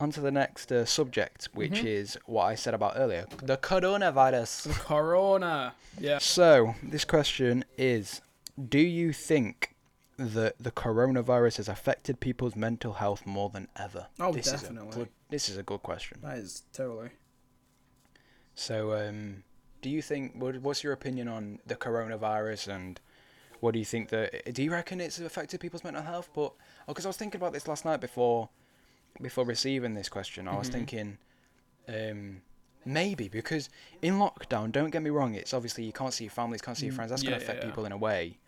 Speaker 1: on to the next uh, subject, which
Speaker 2: Mm-hmm.
Speaker 1: is what I said about earlier the coronavirus.
Speaker 2: Corona. Yeah.
Speaker 1: so, this question is Do you think that the coronavirus has affected people's mental health more than ever?
Speaker 2: Oh,
Speaker 1: this Is
Speaker 2: definitely.
Speaker 1: a good, this is a good question.
Speaker 2: That is totally.
Speaker 1: So, um, do you think, what, what's your opinion on the coronavirus and what do you think that, do you reckon it's affected people's mental health? But, because I was thinking about this last night before, before receiving this question, I
Speaker 2: Mm-hmm.
Speaker 1: was thinking, um, maybe because in lockdown, don't get me wrong, it's obviously you can't see your families, can't see your friends, that's
Speaker 2: yeah,
Speaker 1: going
Speaker 2: Mm, yeah,
Speaker 1: to affect
Speaker 2: yeah.
Speaker 1: people in a way.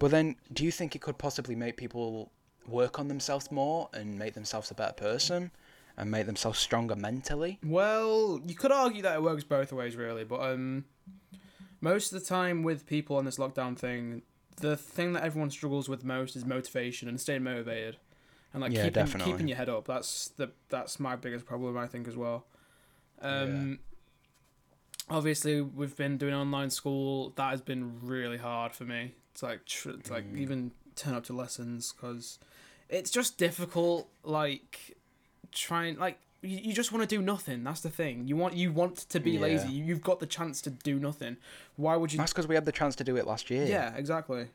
Speaker 1: But then, do you think it could possibly make people work on themselves more and make themselves a better person and make themselves stronger mentally?
Speaker 2: Well, you could argue that it works both ways, really, but um, most of the time with people on this lockdown thing, the thing that everyone struggles with most is motivation and staying motivated, and like
Speaker 1: Yeah,
Speaker 2: keeping
Speaker 1: definitely.
Speaker 2: keeping your head up. That's the that's my biggest problem, I think, as well. Um, obviously we've been doing online school. That has been really hard for me. It's like tr- to, like
Speaker 1: Mm.
Speaker 2: even turn up to lessons because it's just difficult. Like trying like you, you just want to do nothing. That's the thing. You want you want to be
Speaker 1: Yeah.
Speaker 2: lazy. You, you've got the chance to do nothing. Why would you?
Speaker 1: That's because we had the chance to do it last year.
Speaker 2: yeah, exactly.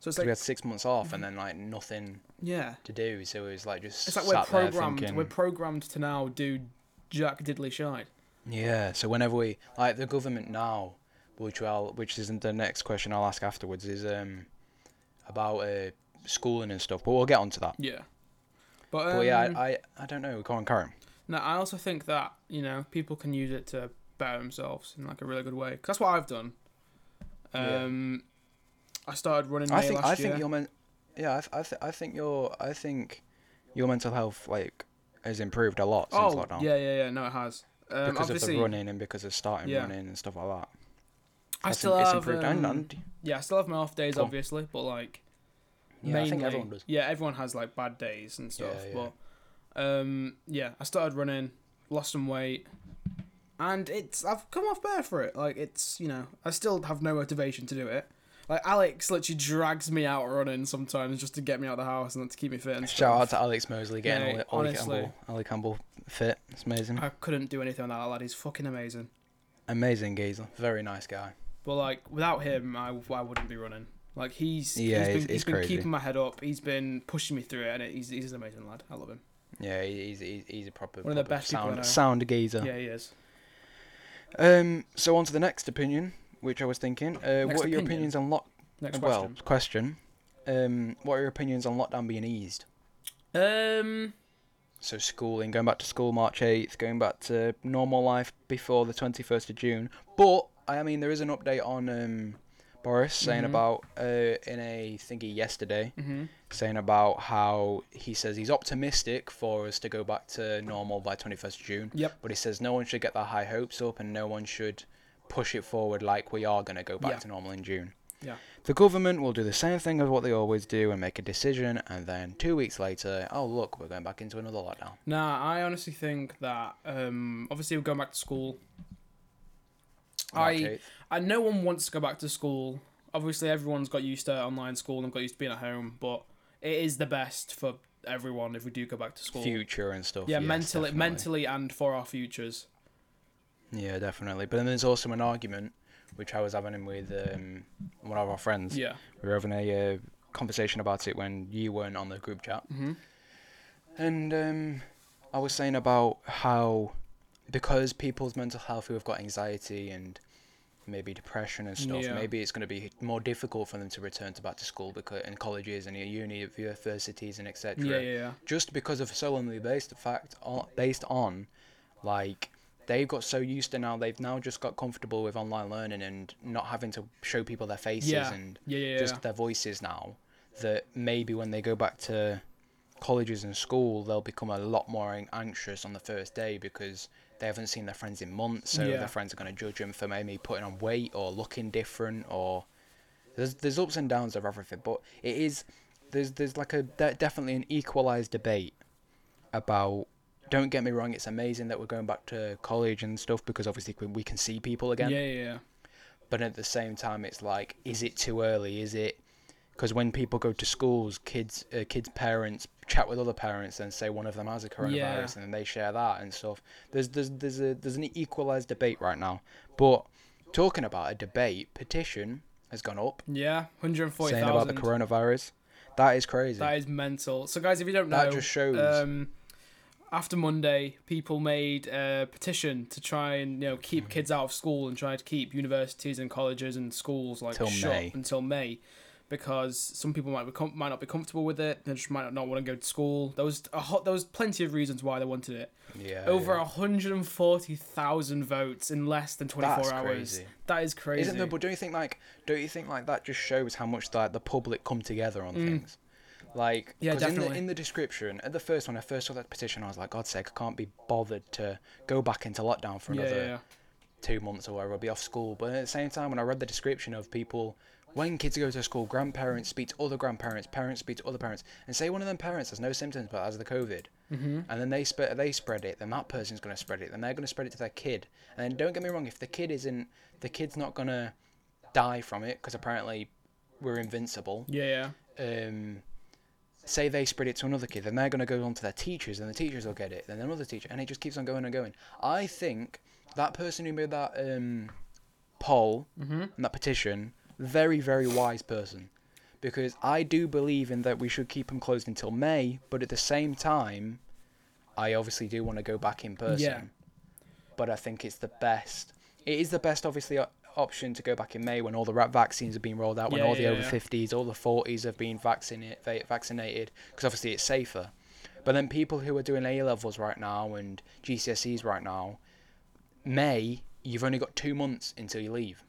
Speaker 2: So it's
Speaker 1: So we
Speaker 2: like
Speaker 1: had six months off and then like nothing
Speaker 2: yeah,
Speaker 1: to do, so it was like just
Speaker 2: it's like we're
Speaker 1: sat there
Speaker 2: programmed.
Speaker 1: thinking-
Speaker 2: We're programmed to now do Jack Diddley Shite.
Speaker 1: yeah. So whenever we like the government now, which well, which isn't the next question I'll ask afterwards, is um about uh, schooling and stuff. But we'll get onto that.
Speaker 2: Yeah, but, um,
Speaker 1: But yeah, I, I I don't know. Go on, Karen.
Speaker 2: No, I also think that you know people can use it to better themselves in like a really good way. 'Cause that's what I've done.
Speaker 1: Yeah.
Speaker 2: Um, I started running. May
Speaker 1: I think
Speaker 2: last
Speaker 1: I think
Speaker 2: year.
Speaker 1: your men, yeah, I th- I, th- I think your I think your mental health like has improved a lot since
Speaker 2: Oh
Speaker 1: lockdown
Speaker 2: yeah, yeah, yeah. No, it has. Um,
Speaker 1: because of
Speaker 2: obviously,
Speaker 1: the running and because of starting
Speaker 2: Yeah.
Speaker 1: running and stuff like that.
Speaker 2: I,
Speaker 1: think
Speaker 2: still
Speaker 1: it's
Speaker 2: have.
Speaker 1: improved. And-
Speaker 2: um,
Speaker 1: and-
Speaker 2: yeah, I still have my off days,
Speaker 1: Go on.
Speaker 2: obviously, but like
Speaker 1: Yeah, I
Speaker 2: mainly,
Speaker 1: think everyone does.
Speaker 2: yeah, everyone has like bad days and stuff.
Speaker 1: Yeah, yeah.
Speaker 2: But um, yeah, I started running, lost some weight, and it's I've come off better for it. Like it's you know I still have no motivation to do it. Like Alex literally drags me out running sometimes just to get me out of the house and to keep me fit. And
Speaker 1: Shout
Speaker 2: stuff.
Speaker 1: out to Alex Mosley getting
Speaker 2: Mate,
Speaker 1: Ollie, Ollie
Speaker 2: honestly.
Speaker 1: Campbell, Ollie Campbell fit. It's amazing.
Speaker 2: I couldn't do anything without that lad. He's fucking amazing.
Speaker 1: Amazing geezer. Very nice guy.
Speaker 2: But like without him, I, I wouldn't be running. Like he's
Speaker 1: Yeah,
Speaker 2: he's been,
Speaker 1: it's- it's
Speaker 2: he's been
Speaker 1: crazy.
Speaker 2: keeping my head up. He's been pushing me through it, and it, he's he's an amazing lad. I love him.
Speaker 1: Yeah, he- he's he's, he's a proper,
Speaker 2: One of the
Speaker 1: proper
Speaker 2: best people I know.
Speaker 1: sound sound geezer.
Speaker 2: Yeah, he is.
Speaker 1: Um, so on to the next opinion, which I was thinking. Uh,
Speaker 2: Next
Speaker 1: what are your
Speaker 2: opinion?
Speaker 1: opinions on lock?
Speaker 2: Next
Speaker 1: well,
Speaker 2: question.
Speaker 1: question. Um, what are your opinions on lockdown being eased?
Speaker 2: Um,
Speaker 1: So schooling, going back to school March eighth, going back to normal life before the twenty first of June. But I mean, there is an update on um, Boris saying
Speaker 2: Mhm.
Speaker 1: about uh, in a thingy yesterday,
Speaker 2: mhm.
Speaker 1: saying about how he says he's optimistic for us to go back to normal by twenty first of June.
Speaker 2: Yep.
Speaker 1: But he says no one should get their high hopes up and no one should push it forward like we are going to go back
Speaker 2: Yeah.
Speaker 1: to normal in June.
Speaker 2: Yeah.
Speaker 1: The government will do the same thing as what they always do and make a decision, and then two weeks later, oh, look, we're going back into another lockdown.
Speaker 2: Nah, I honestly think that um, obviously we're going back to school.
Speaker 1: March
Speaker 2: I
Speaker 1: 8th.
Speaker 2: and no one wants to go back to school. Obviously, everyone's got used to online school and got used to being at home, but it is the best for everyone if we do go back to school.
Speaker 1: Future and stuff.
Speaker 2: yeah,
Speaker 1: yes,
Speaker 2: mentally,
Speaker 1: definitely.
Speaker 2: mentally, and for our futures.
Speaker 1: Yeah, definitely. But then there's also an argument, which I was having with um, one of our friends.
Speaker 2: Yeah.
Speaker 1: We were having a uh, conversation about it when you weren't on the group chat.
Speaker 2: Mhm.
Speaker 1: And um, I was saying about how because people's mental health who have got anxiety and maybe depression and stuff,
Speaker 2: Yeah.
Speaker 1: maybe it's going to be more difficult for them to return to back to school because in colleges and uni, universities and etc.
Speaker 2: Yeah, yeah, yeah.
Speaker 1: Just because of solely based fact on, based on like they've got so used to now they've now just got comfortable with online learning and not having to show people their faces
Speaker 2: Yeah.
Speaker 1: and
Speaker 2: Yeah, yeah, yeah.
Speaker 1: just their voices now that maybe when they go back to colleges and school they'll become a lot more an- anxious on the first day because they haven't seen their friends in months so
Speaker 2: Yeah.
Speaker 1: their friends are going to judge them for maybe putting on weight or looking different or there's there's ups and downs of everything but it is there's there's like a de- definitely an equalized debate about don't get me wrong it's amazing that we're going back to college and stuff because obviously we- we can see people again
Speaker 2: yeah, yeah, yeah.
Speaker 1: but at the same time it's like is it too early is it because when people go to schools kids uh, kids parents chat with other parents and say one of them has a coronavirus
Speaker 2: Yeah.
Speaker 1: and then they share that and stuff there's there's there's a there's an equalized debate right now but talking about a debate petition has gone up
Speaker 2: Yeah, hundred and forty
Speaker 1: saying about the
Speaker 2: thousand.
Speaker 1: coronavirus that is crazy
Speaker 2: That is mental. So, guys, if you don't know,
Speaker 1: That just shows.
Speaker 2: Um, after Monday, people made a petition to try and you know keep
Speaker 1: Mm-hmm.
Speaker 2: kids out of school and try to keep universities and colleges and schools like
Speaker 1: Till
Speaker 2: shut
Speaker 1: May.
Speaker 2: until May, because some people might be com- might not be comfortable with it. They just might not want to go to school. There was a hot, there was plenty of reasons why they wanted it.
Speaker 1: yeah
Speaker 2: Over
Speaker 1: Oh, yeah.
Speaker 2: hundred and forty thousand votes in less than twenty four
Speaker 1: That's
Speaker 2: hours.
Speaker 1: crazy.
Speaker 2: That is crazy.
Speaker 1: Isn't there, but don't you think like don't you think like that just shows how much like the public come together on things? Like
Speaker 2: Mm. Yeah,
Speaker 1: 'cause in the,
Speaker 2: definitely.
Speaker 1: in the description at the first one, I first saw that petition, I was like, God's sake, I can't be bothered to go back into lockdown for
Speaker 2: yeah,
Speaker 1: another
Speaker 2: yeah, yeah.
Speaker 1: two months or whatever. I'll be off school. But at the same time, when I read the description of people, when kids go to school, grandparents speak to other grandparents, parents speak to other parents, and say one of them parents has no symptoms but has the COVID, mm-hmm. and then they spread they spread it, then that person's going to spread it, then they're going to spread it to their kid. And then don't get me wrong, if the kid isn't, the kid's not going to die from it because apparently we're invincible
Speaker 2: Yeah, yeah.
Speaker 1: um, say they spread it to another kid, then they're going to go on to their teachers, and the teachers will get it, then another teacher, and it just keeps on going and going. I think that person who made that um, poll and that petition, very, very wise person. Because I do believe in that we should keep them closed until May, but at the same time, I obviously do want to go back in person.
Speaker 2: Yeah.
Speaker 1: But I think it's the best. It is the best, obviously, o- option to go back in May when all the rat vaccines have been rolled out, when
Speaker 2: Yeah,
Speaker 1: all the
Speaker 2: yeah,
Speaker 1: over
Speaker 2: yeah.
Speaker 1: 50s, all the 40s have been vaccinated, vaccinated, because obviously it's safer. But then people who are doing A levels right now and GCSEs right now, May, you've only got two months until you leave.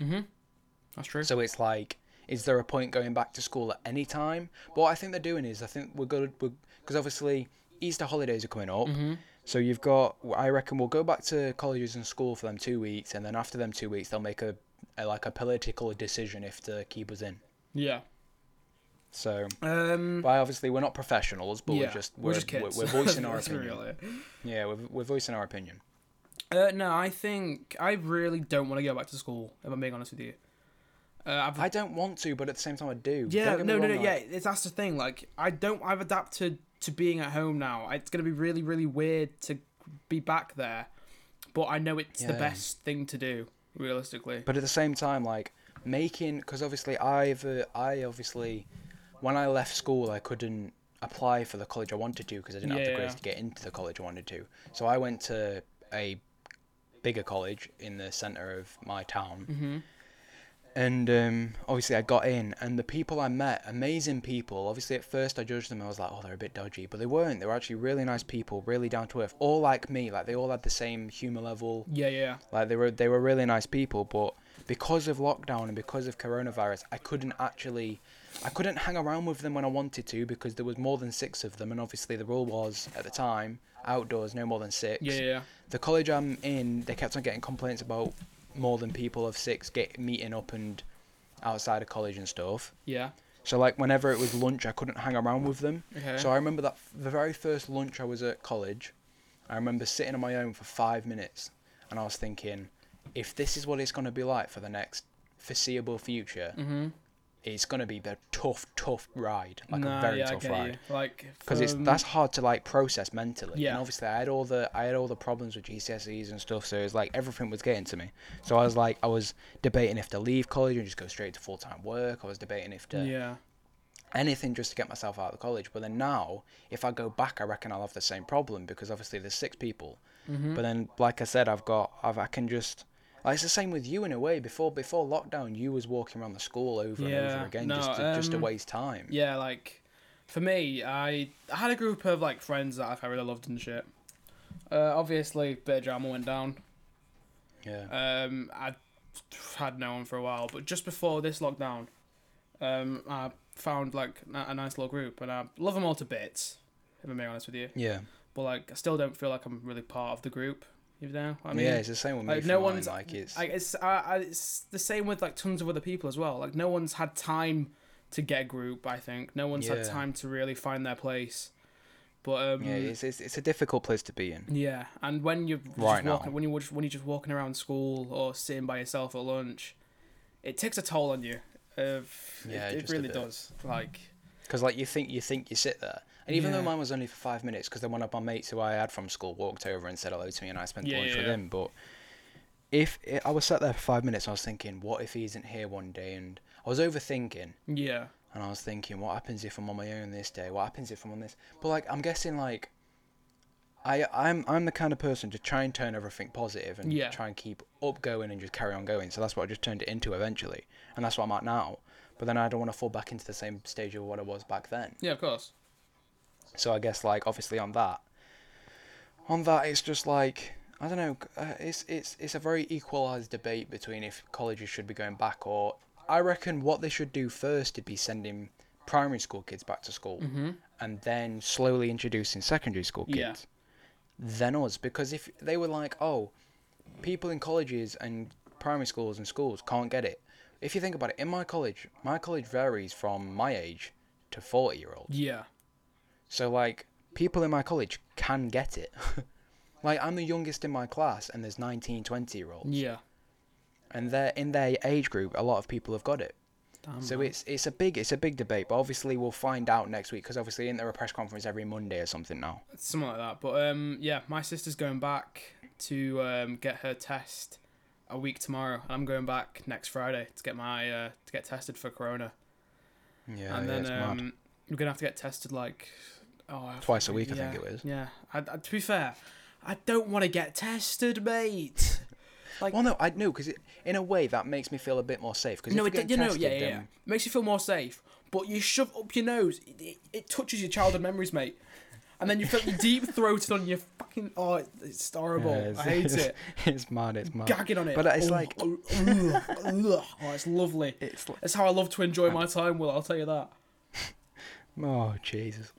Speaker 2: That's true.
Speaker 1: So it's like, is there a point going back to school at any time? But what I think they're doing is, I think we're good because obviously Easter holidays are coming up. So you've got, I reckon we'll go back to colleges and school for them two weeks, and then after them two weeks, they'll make a, a like a political decision if to keep us in.
Speaker 2: yeah.
Speaker 1: So,
Speaker 2: Um.
Speaker 1: but obviously we're not professionals, but
Speaker 2: yeah,
Speaker 1: we're just we're, we're,
Speaker 2: kids.
Speaker 1: we're
Speaker 2: <laughs>
Speaker 1: voicing our
Speaker 2: Let's be
Speaker 1: opinion.
Speaker 2: real here.
Speaker 1: Yeah, we're, we're voicing our opinion.
Speaker 2: Uh, no, I think I really don't want to go back to school. If I'm being honest with you, uh, I've,
Speaker 1: I don't want to, but at the same time I do.
Speaker 2: yeah,
Speaker 1: Don't get me
Speaker 2: no, no, no,
Speaker 1: wrong,
Speaker 2: yeah.
Speaker 1: like-
Speaker 2: It's that's the thing. Like, I don't. I've adapted to being at home now. It's gonna be really, really weird to be back there, but I know it's the
Speaker 1: Yeah.
Speaker 2: best thing to do. Realistically,
Speaker 1: But at the same time, like making, because obviously I've, uh, I obviously, when I left school, I couldn't, apply for the college I wanted to because I didn't have the grades
Speaker 2: Yeah.
Speaker 1: to get into the college I wanted to. So I went to a bigger college in the center of my town, and um, obviously I got in. And the people I met, amazing people. Obviously at first I judged them. I was like, oh, they're a bit dodgy, but they weren't. They were actually really nice people, really down to earth, all like me. Like they all had the same humor level.
Speaker 2: Yeah, yeah.
Speaker 1: Like they were they were really nice people, but because of lockdown and because of coronavirus, I couldn't actually I couldn't hang around with them when I wanted to because there was more than six of them and obviously the rule was at the time outdoors no more than six.
Speaker 2: Yeah, yeah.
Speaker 1: The college I'm in, they kept on getting complaints about more than people of six get meeting up and outside of college and stuff.
Speaker 2: Yeah.
Speaker 1: So like whenever it was lunch, I couldn't hang around with them.
Speaker 2: Okay.
Speaker 1: So I remember that f- the very first lunch I was at college, I remember sitting on my own for five minutes, and I was thinking, if this is what it's going to be like for the next foreseeable future,
Speaker 2: Mm-hmm.
Speaker 1: it's going to be a tough, tough ride, like
Speaker 2: nah,
Speaker 1: a very
Speaker 2: yeah, I
Speaker 1: tough
Speaker 2: get
Speaker 1: ride.
Speaker 2: you. Like um,
Speaker 1: Because it's
Speaker 2: from-
Speaker 1: that's hard to like process mentally.
Speaker 2: Yeah.
Speaker 1: And obviously, I had all the I had all the problems with GCSEs and stuff, so it was like everything was getting to me. So I was like, I was debating if to leave college and just go straight to full time work. I was debating if to
Speaker 2: Yeah.
Speaker 1: anything just to get myself out of college. But then now, if I go back, I reckon I'll have the same problem because obviously there's six people.
Speaker 2: Mm-hmm.
Speaker 1: But then, like I said, I've got I've, I can just. Like, it's the same with you in a way. Before before lockdown, you was walking around the school over and
Speaker 2: Yeah,
Speaker 1: over again
Speaker 2: no,
Speaker 1: just to, just to
Speaker 2: um,
Speaker 1: waste time.
Speaker 2: Yeah, like for me, I I had a group of like friends that I really loved and shit. Uh, obviously, bit of drama went down.
Speaker 1: Yeah.
Speaker 2: Um, I had no one for a while, but just before this lockdown, um, I found like n- a nice little group, and I love them all to bits. If I'm being honest with you,
Speaker 1: yeah.
Speaker 2: but like I still don't feel like I'm really part of the group. You know, what I mean,
Speaker 1: yeah, it's the same with me.
Speaker 2: like
Speaker 1: for
Speaker 2: no
Speaker 1: mine,
Speaker 2: one's
Speaker 1: like it's
Speaker 2: I, it's, I, I, it's the same with like tons of other people as well. Like no one's had time to get a group. I think no one's
Speaker 1: Yeah.
Speaker 2: had time to really find their place. But um,
Speaker 1: yeah,
Speaker 2: yeah,
Speaker 1: it's, it's it's a difficult place to be in.
Speaker 2: and when you're just
Speaker 1: Right now.
Speaker 2: walking, when you're just, when you're just walking around school or sitting by yourself at lunch, it takes a toll on you. Uh,
Speaker 1: Yeah,
Speaker 2: it, it
Speaker 1: just a
Speaker 2: really
Speaker 1: bit.
Speaker 2: does. Like
Speaker 1: Because like you think you think you sit there, and even though
Speaker 2: Yeah.
Speaker 1: mine was only for five minutes, because then one of my mates who I had from school walked over and said hello to me, and I spent
Speaker 2: Yeah,
Speaker 1: lunch
Speaker 2: yeah,
Speaker 1: with
Speaker 2: yeah.
Speaker 1: him. But if it, I was sat there for five minutes, I was thinking, what if he isn't here one day? And I was overthinking,
Speaker 2: yeah,
Speaker 1: and I was thinking, what happens if I'm on my own this day? What happens if I'm on this? But like, I'm guessing like. I, I'm I'm the kind of person to try and turn everything positive and
Speaker 2: Yeah.
Speaker 1: try and keep up going and just carry on going. So that's what I just turned it into eventually, and that's what I'm at now. But then I don't want to fall back into the same stage of what I was back then.
Speaker 2: yeah, of course.
Speaker 1: So I guess like obviously on that, on that it's just like I don't know. Uh, it's it's it's a very equalised debate between if colleges should be going back or I reckon what they should do first would be sending primary school kids back to school and then slowly introducing secondary school kids.
Speaker 2: Yeah.
Speaker 1: Then us because if they were like oh, people in colleges and primary schools and schools can't get it. If you think about it, in my college, my college varies from my age to forty year olds.
Speaker 2: Yeah,
Speaker 1: So like people in my college can get it. <laughs> like I'm the youngest in my class and there's 19, 20 year olds.
Speaker 2: yeah.
Speaker 1: And they're in their age group a lot of people have got it.
Speaker 2: Damn.
Speaker 1: So it's it's a big it's a big debate, but obviously we'll find out next week because obviously in there a press conference every Monday or something now.
Speaker 2: something like that. But um, yeah, my sister's going back to um, get her test a week tomorrow, and I'm going back next Friday to get my uh, to get tested for corona.
Speaker 1: Yeah,
Speaker 2: and
Speaker 1: Oh, yeah,
Speaker 2: then
Speaker 1: it's mad.
Speaker 2: um, we're gonna have to get tested like oh, I
Speaker 1: Twice a week, I think
Speaker 2: yeah,
Speaker 1: it was.
Speaker 2: Yeah, I, I, to be fair, I don't want to get tested, mate. like-
Speaker 1: Well, no, I know because in a way that makes me feel a bit more safe because
Speaker 2: no,
Speaker 1: if
Speaker 2: it,
Speaker 1: you're
Speaker 2: you
Speaker 1: getting
Speaker 2: know,
Speaker 1: tested,
Speaker 2: yeah, yeah, yeah.
Speaker 1: then-
Speaker 2: makes you feel more safe. But you shove up your nose, it, it, it touches your childhood memories, mate. And then you feel deep throated on your fucking oh, it's- it's horrible.
Speaker 1: <laughs> Yeah, it's,
Speaker 2: I hate
Speaker 1: it's,
Speaker 2: it.
Speaker 1: It's mad. It's mad.
Speaker 2: gagging on it. Oh,
Speaker 1: But it's
Speaker 2: Ugh,
Speaker 1: like
Speaker 2: ugh, ugh,
Speaker 1: <laughs>
Speaker 2: ugh. oh, it's lovely.
Speaker 1: it's like
Speaker 2: It's how I love to enjoy my time. Will I'll tell you that.
Speaker 1: oh Jesus.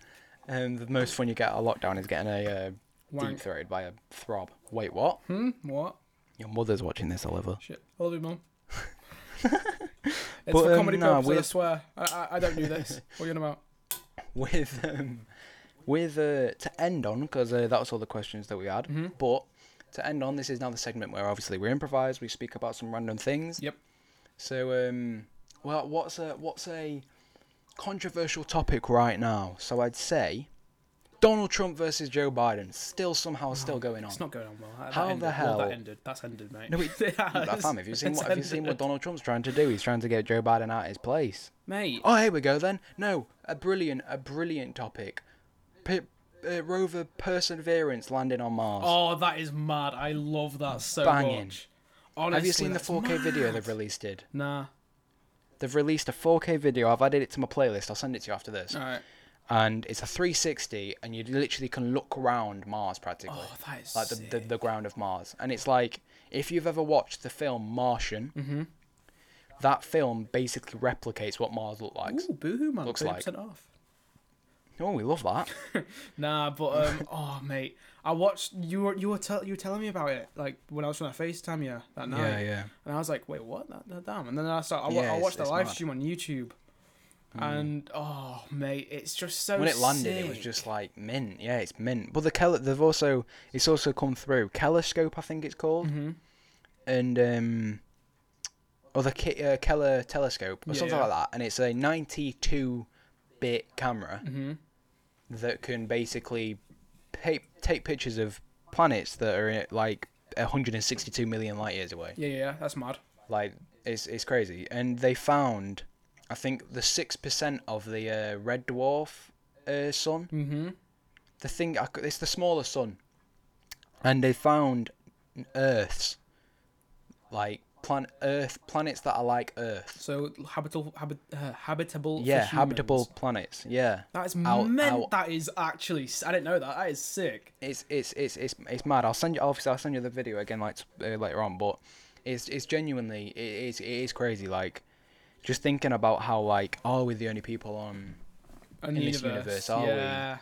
Speaker 1: And the most fun you get out of lockdown is getting a uh, deep
Speaker 2: Wank.
Speaker 1: throated by a throb. Wait, what?
Speaker 2: Hmm. What?
Speaker 1: Your mother's watching this, Oliver.
Speaker 2: Shit. I love
Speaker 1: <laughs>
Speaker 2: you, mum. it's
Speaker 1: But,
Speaker 2: for
Speaker 1: um,
Speaker 2: comedy
Speaker 1: nah,
Speaker 2: purposes. I
Speaker 1: with-
Speaker 2: swear. I, I, I don't do this. what are you on about?
Speaker 1: With um, with uh, to end on because uh, that was all the questions that we had. But to end on, this is now the segment where obviously we improvise, we speak about some random things.
Speaker 2: Yep.
Speaker 1: So um, well, what's a what's a controversial topic right now? So I'd say Donald Trump versus Joe Biden still somehow still going on.
Speaker 2: It's not going on well. That, that
Speaker 1: How the
Speaker 2: ended. Well,
Speaker 1: hell-
Speaker 2: that ended. That's ended, mate.
Speaker 1: No,
Speaker 2: No, <laughs>
Speaker 1: it- Like, fam, have you seen what have you seen what Donald Trump's trying to do? He's trying to get Joe Biden out of his place.
Speaker 2: Mate,
Speaker 1: Oh, here we go then. No, a brilliant, a brilliant topic. P- uh, rover Perseverance landing on Mars.
Speaker 2: Oh, that is mad. I love that so
Speaker 1: Banging.
Speaker 2: much. Honestly,
Speaker 1: have you seen the
Speaker 2: that's
Speaker 1: 4K video
Speaker 2: mad.
Speaker 1: they've released? It.
Speaker 2: Nah.
Speaker 1: They've released a 4K video. I've added it to my playlist. I'll send it to you after this.
Speaker 2: All right.
Speaker 1: And it's a 360, and you literally can look round Mars practically,
Speaker 2: Oh, that is
Speaker 1: like the, the the ground of Mars. And it's like if you've ever watched the film Martian, that film basically replicates what Mars looked like.
Speaker 2: Ooh, boohoo, man.
Speaker 1: looks
Speaker 2: 30%
Speaker 1: like.
Speaker 2: off.
Speaker 1: Oh, we love that.
Speaker 2: Nah, but um, <laughs> oh, mate, I watched you were you were tell you were telling me about it like when I was trying to FaceTime you that night.
Speaker 1: yeah.
Speaker 2: And I was like, wait, what? That, that damn. And then I start. I, wa-
Speaker 1: Yeah,
Speaker 2: I
Speaker 1: it's-
Speaker 2: watched the
Speaker 1: it's
Speaker 2: live
Speaker 1: mad. Hmm.
Speaker 2: stream on YouTube, and oh, mate, it's just so.
Speaker 1: when it landed, it was
Speaker 2: sick.
Speaker 1: just like mint. Yeah, it's mint. But the Kel- they've also it's also come through Kelescope, I think it's called, and um, or the Ke- uh, Keller telescope or
Speaker 2: Yeah,
Speaker 1: something
Speaker 2: yeah.
Speaker 1: like that. And it's a ninety-two bit camera that can basically take take pictures of planets that are uh, like hundred and sixty-two million light years away.
Speaker 2: Yeah, yeah, that's mad.
Speaker 1: Like it's it's crazy, and they found, I think, the six percent of the uh, red dwarf uh, sun. Mm-hmm. The thing I c- it's the smaller sun, and they found Earths, like plan Earth planets that are like Earth.
Speaker 2: So habitable, habit, uh, habitable. for
Speaker 1: Yeah,
Speaker 2: humans.
Speaker 1: habitable planets. Yeah,
Speaker 2: That is
Speaker 1: Out-
Speaker 2: meant.
Speaker 1: out.
Speaker 2: That is actually. s- I didn't know that. That is sick.
Speaker 1: it's it's it's it's it's mad. I'll send you obviously I'll send you the video again like t- uh, later on, but it's it's genuinely it is it is crazy. Like just thinking about how like are we the only people on
Speaker 2: And
Speaker 1: In this universe, are we?
Speaker 2: yeah.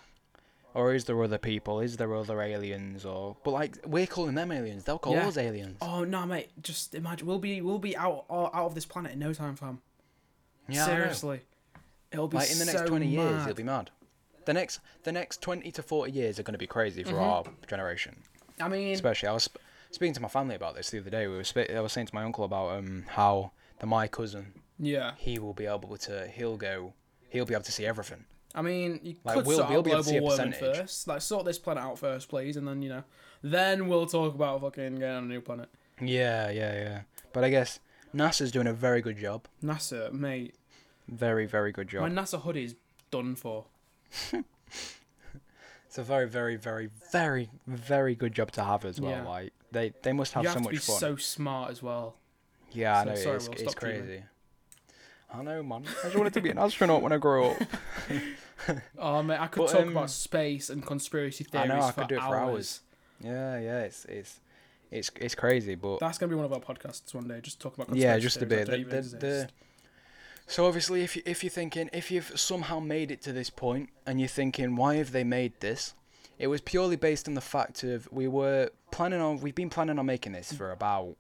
Speaker 1: or is there other people? Is there other aliens? Or but like we're calling them aliens, they'll call
Speaker 2: Yeah.
Speaker 1: us aliens.
Speaker 2: Oh no, mate! Just imagine we'll be we'll be out out out of this planet in no time, fam.
Speaker 1: Yeah, I know.
Speaker 2: Seriously, it'll be
Speaker 1: like in the next
Speaker 2: so
Speaker 1: twenty years,
Speaker 2: mad.
Speaker 1: it'll be mad. The next the next twenty to forty years are going to be crazy for
Speaker 2: Mm-hmm.
Speaker 1: our generation.
Speaker 2: I mean,
Speaker 1: Especially, I was sp- speaking to my family about this the other day. We were sp- I was saying to my uncle about um how the my cousin
Speaker 2: yeah.
Speaker 1: he will be able to he'll go he'll be able to see everything.
Speaker 2: I mean, you
Speaker 1: Like,
Speaker 2: could
Speaker 1: we'll-
Speaker 2: sort
Speaker 1: we'll
Speaker 2: out
Speaker 1: be able to
Speaker 2: global
Speaker 1: see a
Speaker 2: warming
Speaker 1: percentage.
Speaker 2: first. Like, sort this planet out first, please, and then you know, then we'll talk about fucking getting on a new planet.
Speaker 1: Yeah, yeah, yeah. But I guess NASA's doing a very good job.
Speaker 2: NASA, mate,
Speaker 1: Very, very good job.
Speaker 2: my NASA hoodie's done for.
Speaker 1: It's a very, very, very, very, very good job to have as well.
Speaker 2: Yeah.
Speaker 1: Like they, they must have
Speaker 2: you
Speaker 1: so
Speaker 2: have to
Speaker 1: much
Speaker 2: be
Speaker 1: fun.
Speaker 2: so smart as well.
Speaker 1: yeah, I
Speaker 2: so
Speaker 1: know
Speaker 2: sorry,
Speaker 1: it's,
Speaker 2: Will,
Speaker 1: it's
Speaker 2: stop dreaming.
Speaker 1: crazy. I know, man. I just wanted to be an astronaut when I grow up.
Speaker 2: Oh mate, I could
Speaker 1: But,
Speaker 2: talk
Speaker 1: um,
Speaker 2: about space and conspiracy
Speaker 1: I
Speaker 2: theories
Speaker 1: know, I
Speaker 2: for,
Speaker 1: could do it for hours.
Speaker 2: hours.
Speaker 1: <laughs> Yeah, yeah. It's it's it's it's crazy, but
Speaker 2: That's gonna be one of our podcasts one day. Just talk about conspiracy
Speaker 1: yeah, just a
Speaker 2: theories
Speaker 1: bit.
Speaker 2: that
Speaker 1: The,
Speaker 2: don't
Speaker 1: the,
Speaker 2: even
Speaker 1: the,
Speaker 2: exist.
Speaker 1: so obviously, if you, if you're thinking, if you've somehow made it to this point, and you're thinking, why have they made this? It was purely based on the fact of we were planning on, we've been planning on making this for about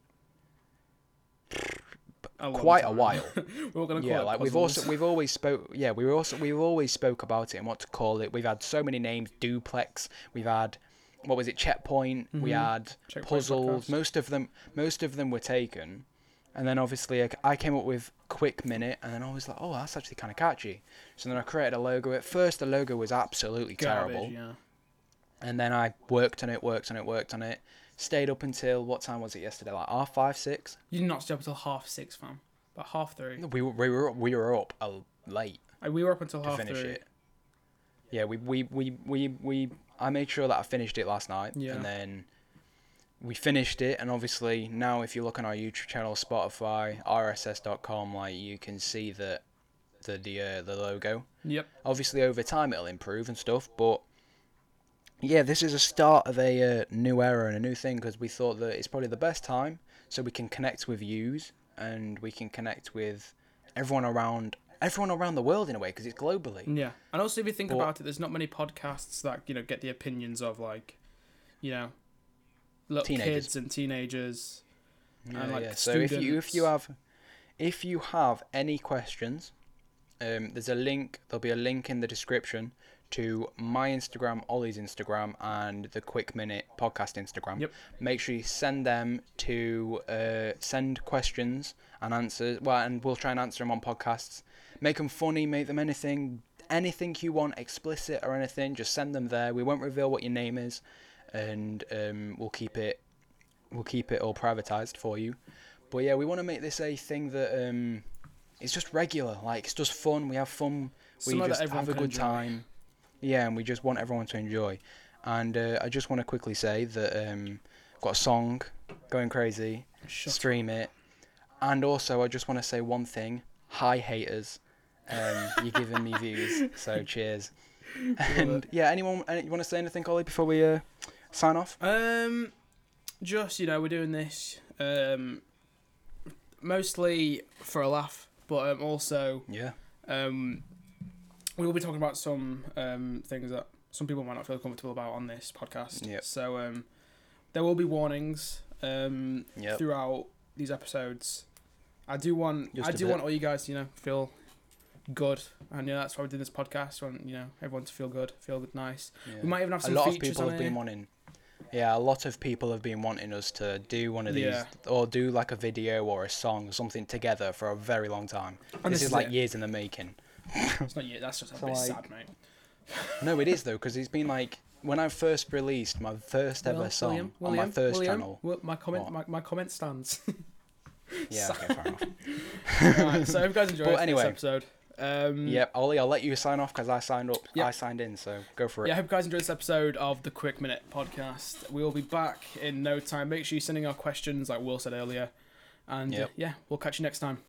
Speaker 2: long
Speaker 1: quite a
Speaker 2: time. <laughs>
Speaker 1: while.
Speaker 2: We're all gonna call
Speaker 1: yeah,
Speaker 2: it
Speaker 1: like we've
Speaker 2: puzzles.
Speaker 1: also we've always spoke. Yeah, we were also we've always spoke about it and what to call it. We've had so many names: duplex. We've had what was it? Checkpoint. We had
Speaker 2: Mm-hmm. Checkpoint
Speaker 1: puzzles.
Speaker 2: podcast.
Speaker 1: Most of them, most of them were taken, and then obviously I, I came up with quick minute, and then I was like, oh, that's actually kind of catchy. So then I created a logo. At first, the logo was absolutely
Speaker 2: Garbage,
Speaker 1: terrible,
Speaker 2: Yeah.
Speaker 1: and then I worked on it, worked on it, worked on it. Stayed up until what time was it yesterday? Like half five, six.
Speaker 2: You did not stay up until half six, fam. About half three.
Speaker 1: We were we were we were up uh, late.
Speaker 2: Uh, We were up until half
Speaker 1: finish
Speaker 2: three.
Speaker 1: it. Yeah, we, we we we we I made sure that I finished it last night,
Speaker 2: Yeah.
Speaker 1: and then we finished it. And obviously now, if you look on our YouTube channel, Spotify, RSS.com, like you can see the the the uh, the logo.
Speaker 2: Yep.
Speaker 1: Obviously, over time it'll improve and stuff, but yeah, this is a start of a uh, new era and a new thing because we thought that it's probably the best time so we can connect with yous and we can connect with everyone around everyone around the world in a way because it's globally.
Speaker 2: Yeah. And also, if you think about it, there's not many podcasts that you know get the opinions of like, you know, little
Speaker 1: Teenagers.
Speaker 2: kids and teenagers.
Speaker 1: Yeah,
Speaker 2: and like
Speaker 1: yeah. So
Speaker 2: students.
Speaker 1: if you if you have if you have any questions, um, there's a link. There'll be a link in the description to my Instagram, Ollie's Instagram, and the Quick Minute Podcast Instagram.
Speaker 2: Yep.
Speaker 1: Make sure you send them to uh, send questions and answers. Well, and we'll try and answer them on podcasts. Make them funny. Make them anything. anything you want, explicit or anything, just send them there. We won't reveal what your name is, and um, we'll keep it we'll keep it all privatized for you. But yeah, we want to make this a thing that um, it's just regular. Like it's just fun. We have fun. We
Speaker 2: Somewhere that
Speaker 1: just
Speaker 2: everyone
Speaker 1: have a
Speaker 2: can
Speaker 1: good
Speaker 2: enjoy.
Speaker 1: time. Yeah, and we just want everyone to enjoy. And uh, I just want to quickly say that um, I've got a song going crazy.
Speaker 2: Shut
Speaker 1: stream it. And also, I just want to say one thing: hi haters, um, you're giving me views.
Speaker 2: <laughs>
Speaker 1: So cheers. And yeah, anyone any, you want to say anything, Ollie, before we uh, sign off?
Speaker 2: Um, just you know, we're doing this um, mostly for a laugh, but um, also
Speaker 1: Yeah.
Speaker 2: um, we will be talking about some um, things that some people might not feel comfortable about on this podcast.
Speaker 1: Yep.
Speaker 2: So um, there will be warnings um,
Speaker 1: Yep.
Speaker 2: throughout these episodes. I do want
Speaker 1: Just
Speaker 2: I
Speaker 1: a
Speaker 2: do
Speaker 1: bit.
Speaker 2: want all you guys, to, you know, feel good, and you know that's why we did this podcast. We want you know everyone to feel good, feel good, nice.
Speaker 1: yeah.
Speaker 2: We might even have
Speaker 1: a
Speaker 2: some
Speaker 1: lot of
Speaker 2: features
Speaker 1: people
Speaker 2: on
Speaker 1: have
Speaker 2: here.
Speaker 1: been wanting. Yeah, a lot of people have been wanting us to do one of these,
Speaker 2: Yeah.
Speaker 1: or do like a video or a song or something together for a very long time.
Speaker 2: And
Speaker 1: this, is, like
Speaker 2: it.
Speaker 1: years in the making.
Speaker 2: It's not yet. That's just a
Speaker 1: So,
Speaker 2: bit
Speaker 1: like,
Speaker 2: sad, mate.
Speaker 1: No, it is though, because it's been like when I first released my first ever
Speaker 2: Will-
Speaker 1: song
Speaker 2: William,
Speaker 1: on
Speaker 2: William,
Speaker 1: my first
Speaker 2: William, <laughs>
Speaker 1: channel.
Speaker 2: Will- my comment,
Speaker 1: What?
Speaker 2: my, my
Speaker 1: <laughs>
Speaker 2: comment stands.
Speaker 1: Yeah, okay, fair enough.
Speaker 2: Alright, so, if you guys enjoyed
Speaker 1: But
Speaker 2: this
Speaker 1: anyway.
Speaker 2: episode, um,
Speaker 1: Yep, Ollie, I'll let you sign off because I signed up.
Speaker 2: Yep.
Speaker 1: I signed in, so go for it.
Speaker 2: Yeah, I hope you guys enjoyed this episode of the Quick Minute podcast. We will be back in no time. Make sure you're sending our questions, like Will said earlier. And uh,
Speaker 1: Yep.
Speaker 2: yeah, we'll catch you next time.